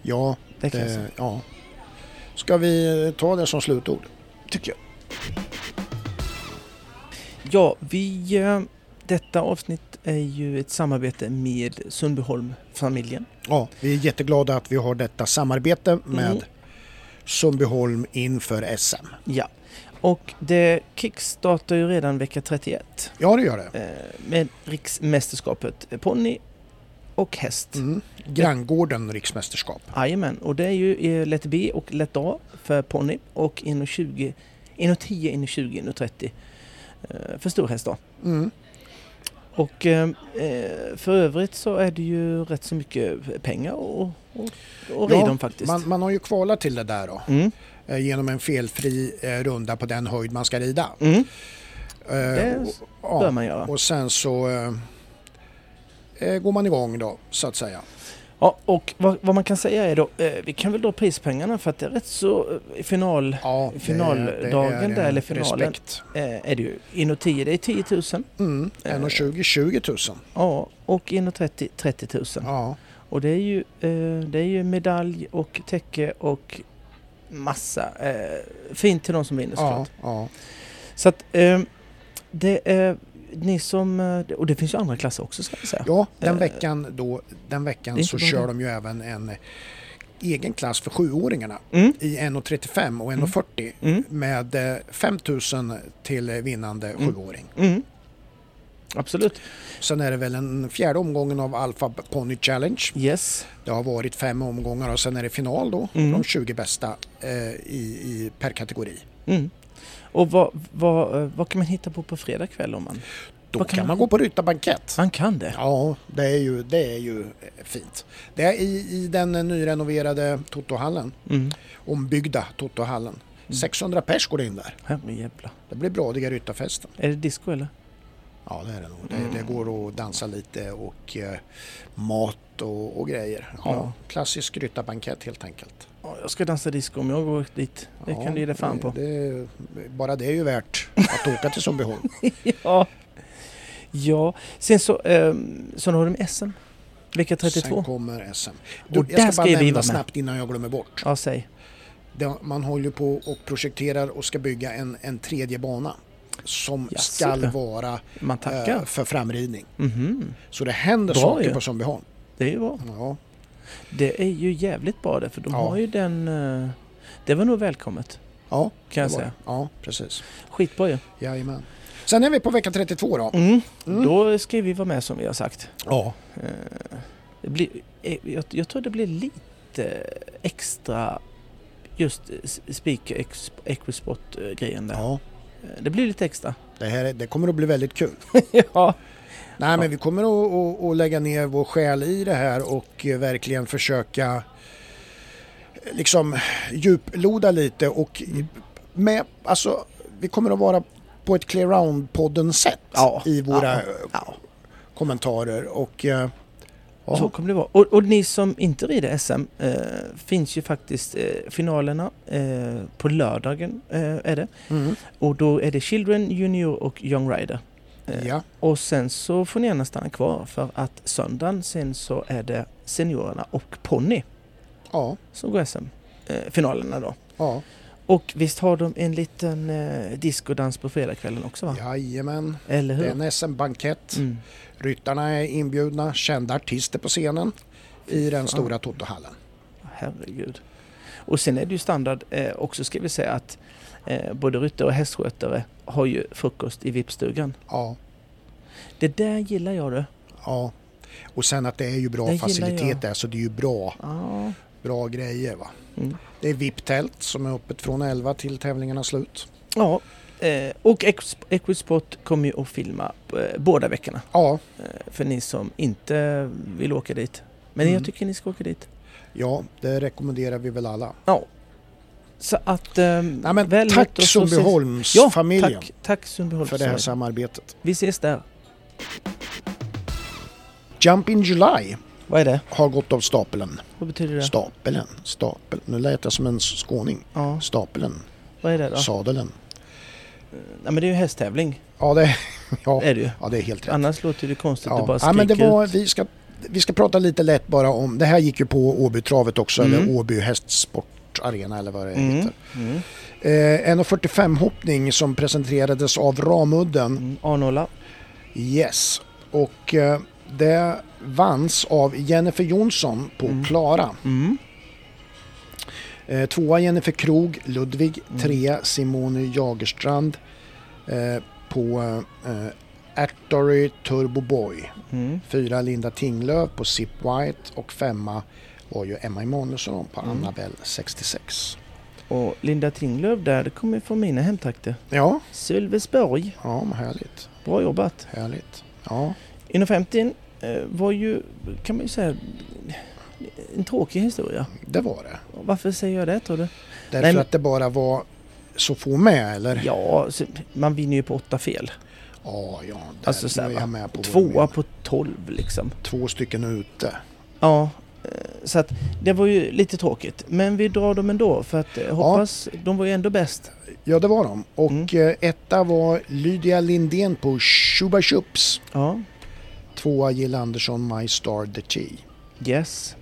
B: ja.
A: Det kan jag säga.
B: Det, ja. Ska vi ta det som slutord? Tycker jag.
A: Ja, vi... Eh, detta avsnitt är ju ett samarbete med Sundbyholm-familjen.
B: Ja, vi är jätteglada att vi har detta samarbete med
A: Mm.
B: Sundbyholm inför SM.
A: Ja. Och det kickstartar ju redan vecka 31
B: Ja, det gör det.
A: eh, med Riksmästerskapet eh, ponny och häst.
B: Mm. Granngården riksmästerskap.
A: Jajamän, och det är ju eh, lätt B och lätt A för ponny och 1,20, 1,10, 1,20, 1,30 eh, för storhäst då.
B: Mm.
A: Och eh, eh, för övrigt så är det ju rätt så mycket pengar och, och, och rida
B: Ja,
A: om faktiskt.
B: Man, man har ju kvalat till det där då,
A: Mm,
B: eh, genom en felfri eh, runda på den höjd man ska rida.
A: mm,
B: Eh,
A: Det
B: och-
A: bör
B: ja.
A: man göra.
B: och sen så eh, eh, går man igång då, så att säga.
A: Ja, och vad, vad man kan säga är då, eh, vi kan väl dra prispengarna för att det är rätt så eh, final
B: Ja, det är-
A: Finaldagen
B: det är
A: där, eller
B: en
A: finalen.
B: Respekt.
A: eh, är det ju 1,10 det är 10 000
B: Mm.
A: Eh.
B: 1,20, 20 000.
A: ja, och 1,30 30 000.
B: Ja.
A: Och det är ju, eh, det är ju medalj och täcke och massa eh, fint till de som vinner
B: Ja,
A: såklart.
B: ja,
A: Så att eh, det är ni som, eh, och det finns ju andra klasser också ska jag säga.
B: ja, den
A: Eh,
B: veckan, då, den
A: det är
B: veckan
A: inte
B: så
A: bara
B: kör
A: det.
B: de ju även en eh, egen klass för sjuåringarna
A: Mm,
B: i 1,35 och 1,40
A: mm,
B: med eh, 5 000 till eh, vinnande
A: Mm.
B: sjuåring.
A: mm. Absolut.
B: Sen är det väl den fjärde omgången av Alpha Pony Challenge.
A: Yes.
B: Det har varit fem omgångar och sen är det final då,
A: Mm.
B: de 20 bästa eh, i, i, per kategori.
A: Mm. Och vad, vad, eh, vad kan man hitta på på fredag kväll om man...
B: Då
A: Vad kan
B: kan man,
A: man-
B: gå på ryttarbankett.
A: Han kan det.
B: Ja, det är ju, det är ju eh, fint. Det är i, i den eh, nyrenoverade Totohallen,
A: Mm.
B: ombyggda Totohallen. 600 pers går det in där.
A: Ja, men jävla.
B: Det blir bradiga ryttarfesten.
A: Är det disco eller?
B: Ja, det är det nog. Det, det
A: Mm.
B: går att dansa lite och eh, mat och, och grejer. Ja,
A: Ja.
B: Klassisk ryttarbankett helt enkelt.
A: Ja, jag ska dansa disco om jag går dit. Det
B: ja,
A: kan du ge dig fan på.
B: Det, bara det är ju värt att åka till Sundbyholm.
A: Ja. ja. Sen så, ehm, sen har de SM. Vecka
B: Sen
A: 32.
B: kommer SM.
A: Och
B: Och jag
A: där
B: ska
A: ska
B: bara
A: ju vi
B: nämna
A: vara med.
B: snabbt innan jag glömmer bort.
A: Ja, säg.
B: Det- Man håller ju på och projekterar och ska bygga en, en tredje bana som
A: Jaså.
B: ska vara
A: Man
B: eh,
A: tackar.
B: för framridning.
A: Mhm.
B: Så det händer
A: Bra
B: saker
A: ju.
B: på Sundbyholm.
A: Det är ju bra.
B: Ja,
A: Det är ju jävligt bra det, för de
B: Ja.
A: har ju den... eh, det var nog välkommet,
B: ja,
A: kan jag
B: det var det.
A: säga.
B: ja precis.
A: Skitbra ju.
B: Jajamän. Sen är vi på vecka 32 då.
A: Mm.
B: Mm.
A: Då ska vi vara med som vi har sagt.
B: Ja.
A: Eh, Det blir, eh, jag, jag tror det blir lite extra just eh, Speak Ex- Equisport-grejen där.
B: ja.
A: Eh, Det blir lite extra.
B: Det, här, är- det kommer att bli väldigt kul.
A: ja.
B: Nej, men vi kommer att, att, att lägga ner vår själ i det här och eh, verkligen försöka eh, liksom djuploda lite och
A: Mm.
B: med, alltså, vi kommer att vara på ett Clear Round-podden sätt
A: Ja.
B: i våra
A: Ja.
B: eh,
A: Ja.
B: kommentarer och eh, ja,
A: Så kommer det vara. Och, och ni som inte rider SM eh, finns ju faktiskt eh, finalerna eh, på lördagen eh, är det.
B: mm,
A: Och då är det Children, Junior och Young Rider. Eh,
B: ja,
A: Och sen så får ni gärna stanna kvar för att söndagen sen så är det Seniorerna och Pony
B: ja,
A: som går SM-finalerna då.
B: ja,
A: Och visst har de en liten eh, discodans på fredagskvällen också va?
B: jajamän.
A: Eller
B: Det
A: hur?
B: är en SM-bankett.
A: Mm.
B: Ryttarna är inbjudna, kända artister på scenen i den
A: fan.
B: stora Totohallen.
A: Herregud. Och sen är det ju standard eh, också ska vi säga att eh, både ryttare och hästskötare har ju frukost i VIP-stugan.
B: Ja,
A: Det där gillar jag du.
B: ja. Och sen att det är ju bra
A: Det gillar
B: facilitet
A: jag.
B: där så det är ju bra,
A: Ja.
B: bra grejer va.
A: Mm.
B: Det är VIP-tält som är öppet från 11 till tävlingarnas slut.
A: ja. Eh, och Ex- Equisport kommer ju att filma eh, båda veckorna
B: Ja,
A: eh, för ni som inte vill åka dit. Men
B: Mm.
A: jag tycker ni ska åka dit.
B: ja, det rekommenderar vi väl alla.
A: Så att... Eh,
B: Nej, men
A: väl mött
B: tack
A: och så ses- Ja,
B: Sundbyholmsfamiljen
A: tack, tack Sundbyholm.
B: för det här samarbetet.
A: Vi ses där.
B: Jump in July
A: Vad är det?
B: har gått av stapeln.
A: Vad betyder det?
B: Stapeln, stapeln. Nu lät jag som en skåning.
A: Ja,
B: Stapeln,
A: vad är det då?
B: sadeln.
A: Ja, men det är ju hästtävling.
B: Ja, det, ja,
A: Är det ju.
B: ja, det är helt rätt.
A: Annars låter det konstigt att bara
B: Ja.
A: skrika
B: Ja, men det var,
A: ut.
B: vi, ska, vi ska prata lite lätt bara om, det här gick ju på Åbytravet också,
A: Mm.
B: eller Åby hästsportarena eller vad det
A: Mm.
B: heter.
A: Mm.
B: Eh, 1.45 hoppning som presenterades av Ramudden.
A: Mm. Arnola.
B: Yes. Och eh, det vanns av Jennifer Jonsson på
A: Mm.
B: Klara.
A: Mm.
B: Eh, tvåa Jennifer Krog, Ludvig.
A: Mm.
B: Trea Simone Jagerstrand eh, på eh, Artory Turbo Boy.
A: Mm.
B: Fyra Linda Tinglöf på Zip White och femma var ju Emma Emanuelsson på
A: Mm.
B: Annabelle 66.
A: Och Linda Tinglöf där, det kommer från mina hemtrakter.
B: Ja,
A: Sölvesborg.
B: ja men härligt.
A: Bra jobbat.
B: Härligt. Ja,
A: Inom 50 eh, var ju, kan man ju säga, en tråkig historia.
B: det var det.
A: Varför säger jag det tror du?
B: Därför
A: men-
B: att det bara var så få med eller?
A: Ja, så- man vinner ju på åtta fel.
B: Ja, ja. Där
A: Alltså, så här,
B: nu är
A: va?
B: jag med på vad du
A: Tvåa
B: menar.
A: på tolv liksom.
B: Två stycken ute.
A: Ja, eh, så att det var ju lite tråkigt. Men vi drar dem ändå för att eh, hoppas, de var ju ändå bäst.
B: Ja, det var de. Och
A: Mm.
B: eh, etta var Lydia Lindén på Shuba Chups.
A: Ja,
B: Tvåa Jill Andersson, My Star The T.
A: yes.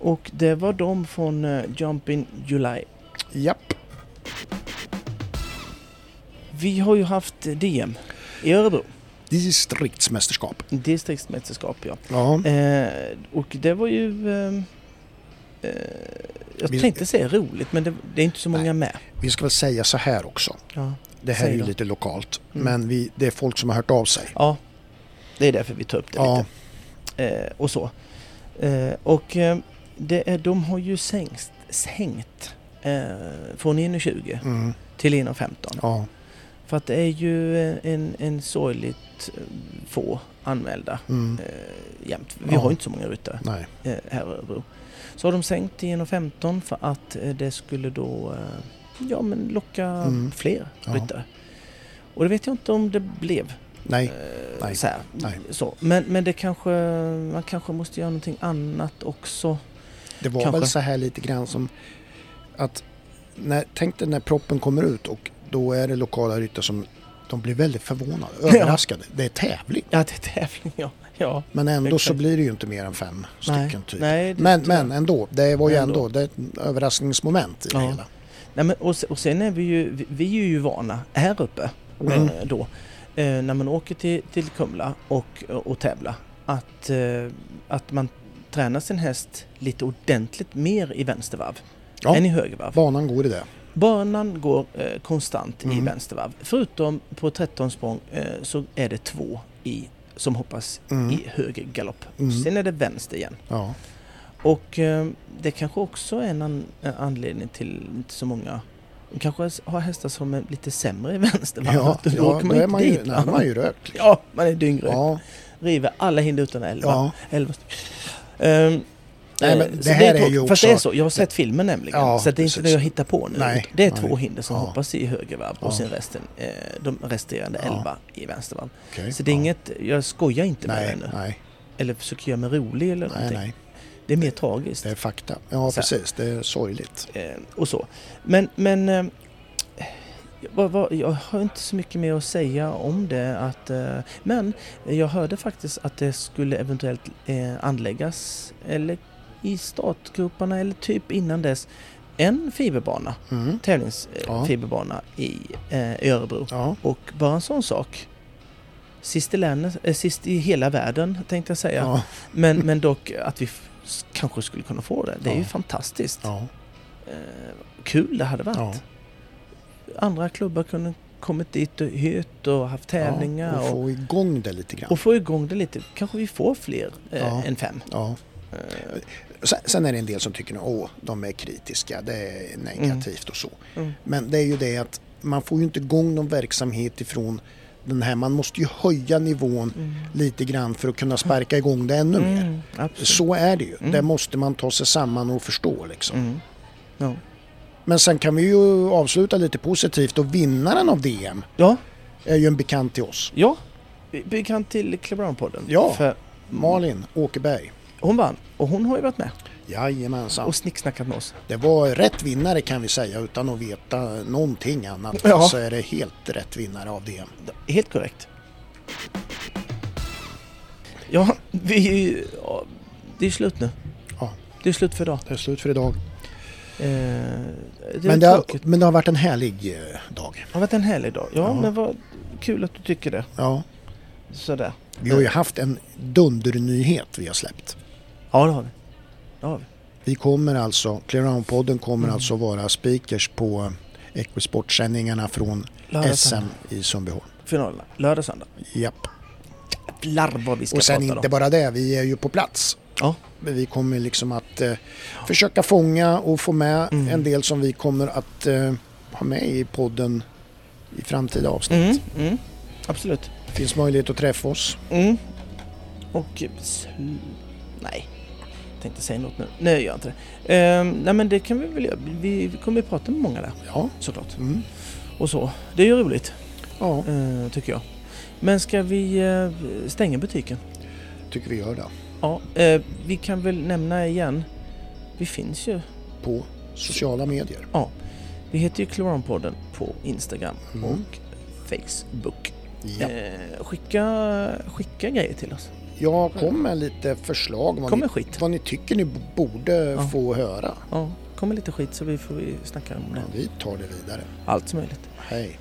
A: Och det var de från eh, Jump in July.
B: Japp.
A: Vi har ju haft DM i Örebro,
B: Distriktsmästerskap.
A: distriktsmästerskap ja.
B: Ja.
A: Eh, och det var ju... Eh, eh, jag
B: Vi-
A: tänkte säga roligt men det, det är inte så många
B: Nej.
A: med.
B: Vi ska väl säga så här också.
A: Ja.
B: Det här
A: Säg
B: är ju
A: då.
B: lite lokalt.
A: Mm.
B: Men vi, det är folk som har hört av sig.
A: ja, det är därför vi tar upp det
B: Ja,
A: lite. Eh, och så. Eh, och eh, det är, de har ju sänkt, sänkt eh, från 1,20
B: mm,
A: till 1,15.
B: ja,
A: För att det är ju en, en sorgligt eh, få anmälda
B: Mm.
A: eh, jämt. Vi
B: Ja.
A: har ju inte så många ryttare
B: Nej.
A: eh, här i Örebro. Så har de sänkt till 1,15 för att eh, det skulle då eh, ja, men locka
B: Mm.
A: fler
B: Ja.
A: ryttare. Och det vet jag inte om det blev
B: Nej.
A: eh,
B: Nej.
A: så här.
B: Nej.
A: Så. Men, men det kanske, man kanske måste göra någonting annat också.
B: Det var
A: Kanske.
B: väl så här lite grann som att när, tänk dig när proppen kommer ut och då är det lokala ryttare som de blir väldigt förvånade, överraskade. Det är tävling.
A: Ja, det är tävling ja. ja.
B: Men ändå så
A: Exakt.
B: blir det ju inte mer än fem stycken typ.
A: Nej, det-
B: Men, men ändå, det var ju
A: Ändå.
B: ändå, det är ett överraskningsmoment i det
A: Ja.
B: hela.
A: Nej, men, och, se- och sen är vi ju, vi, vi är ju vana här uppe
B: Mm.
A: eh, då eh, när man åker till, till Kumla och, och tävlar att, eh, att man tränar sin häst lite ordentligt mer i vänstervarv
B: Ja.
A: än i högervarv.
B: Banan går i det.
A: Banan går eh, konstant i
B: Mm.
A: vänstervarv. Förutom på 13 språng eh, så är det två i, som hoppas
B: Mm.
A: i höger galopp.
B: Mm.
A: Sen är det vänster igen.
B: Ja.
A: Och eh, det kanske också är en an- en anledning till inte så många de kanske har hästar som är lite sämre i vänster. va?
B: Ja,
A: Att då
B: ja
A: åker
B: då är man ju,
A: dit, va?
B: nej, man är ju rökt.
A: Ja, man är dyngrak.
B: Ja,
A: River alla hinder utan elva.
B: ja.
A: elva. Ehm,
B: Nej, men
A: eh,
B: det
A: så
B: här är
A: tråkigt.
B: ju
A: Fast
B: också-
A: det är så, jag har sett filmen nämligen.
B: Ja,
A: så att det är inte
B: precis.
A: det jag hittar på nu.
B: Nej,
A: det är
B: nej.
A: två hinder som
B: Ja.
A: hoppas i höger varv och
B: Ja.
A: sen resten, eh, de resterande
B: Ja.
A: elva i vänster varv.
B: okej.
A: Så det är
B: Ja.
A: inget, jag skojar inte
B: Nej,
A: med det nu.
B: nej,
A: Eller försöker göra mig rolig eller
B: nej,
A: någonting.
B: nej,
A: Det är mer tragiskt.
B: det är fakta. Ja,
A: Så här.
B: precis, det är sorgligt.
A: eh, och så. Men, men eh, vad, vad, jag har inte så mycket mer att säga om det. Att, eh, men jag hörde faktiskt att det skulle eventuellt eh, anläggas eller i startgroparna eller typ innan dess en fiberbana,
B: Mm.
A: tävlingsfiberbana
B: Ja.
A: eh, fiberbana i eh, i Örebro.
B: Ja,
A: Och bara en sån sak. Sist i, länet, eh, sist i hela världen tänkte jag säga.
B: ja,
A: Men, men dock att vi f- s- kanske skulle kunna få det. Det är ju
B: Ja.
A: fantastiskt
B: ja,
A: eh, kul det hade
B: ja.
A: varit. Andra klubbar kunde kommit dit och hyrt och haft tävlingar
B: Ja, och
A: och,
B: få igång det lite
A: och
B: grann.
A: få igång det lite. Kanske vi får fler eh,
B: Ja.
A: än fem.
B: Ja.
A: Eh,
B: Sen, sen är det en del som tycker att de är kritiska, det är negativt och så.
A: mm.
B: Men det är ju det att man får ju inte igång någon verksamhet ifrån den här, man måste ju höja nivån
A: Mm.
B: lite grann för att kunna sparka igång det ännu mer.
A: Mm, absolut.
B: Så är det ju,
A: Mm.
B: det måste man ta sig samman och förstå liksom.
A: Mm. Ja.
B: Men sen kan vi ju avsluta lite positivt och vinnaren av DM
A: ja,
B: är ju en bekant till oss.
A: ja. Vi- Vi kan till Cleveron-podden.
B: Ja.
A: För
B: Malin Åkerberg.
A: hon vann och hon har ju varit med
B: Jajamensan.
A: och snicksnackat med oss.
B: Det var rätt vinnare kan vi säga utan att veta någonting annat
A: Ja.
B: så är det helt rätt vinnare av DM.
A: Helt korrekt. Ja, vi, ja, det är slut nu.
B: Ja.
A: Det är slut för idag.
B: Det är slut för idag.
A: Eh, det är
B: Men det, har,
A: tråkigt.
B: men det har varit en härlig eh, dag.
A: Det har varit en härlig dag. Ja,
B: Ja.
A: men vad kul att du tycker det.
B: Ja.
A: Sådär.
B: Vi har ju haft en dundernyhet vi har släppt.
A: Ja, det har vi. Det har vi.
B: Vi kommer alltså, Clearound-podden kommer
A: Mm.
B: alltså vara speakers på Equisportsändningarna från
A: Lördag,
B: SM
A: söndag.
B: i Sundbyholm.
A: Finalerna. Lördag, söndag.
B: Japp.
A: Jävlar vad vi ska
B: Och sen
A: prata
B: inte
A: då.
B: bara det, vi är ju på plats.
A: Ja.
B: Men Vi kommer liksom att eh, försöka fånga och få med
A: Mm.
B: en del som vi kommer att eh, ha med i podden i framtida avsnitt.
A: Mm, mm. Absolut.
B: Det finns möjlighet att träffa oss.
A: Mm. Och... sl- Nej. Jag tänkte säga något nu. Nej, jag gör inte det. Ehm, nej, men det kan vi väl göra. Vi vi kommer ju prata med många där,
B: Ja.
A: såklart.
B: Mm.
A: Och så. Det är ju roligt,
B: ja,
A: eh, tycker jag. Men ska vi eh, stänga butiken?
B: tycker vi gör det.
A: Ja, eh, vi kan väl nämna igen. Vi finns ju.
B: På sociala medier.
A: Vi heter ju Kloranpodden på Instagram
B: Mm.
A: och Facebook.
B: Ja.
A: Eh, skicka, skicka grejer till oss.
B: Jag kom med lite förslag vad,
A: Kom
B: ni,
A: med skit.
B: vad ni tycker ni borde
A: Ja.
B: få höra.
A: Ja, kom med lite skit så vi får vi snacka om
B: Ja,
A: det.
B: vi tar det vidare.
A: Allt som möjligt.
B: Hej.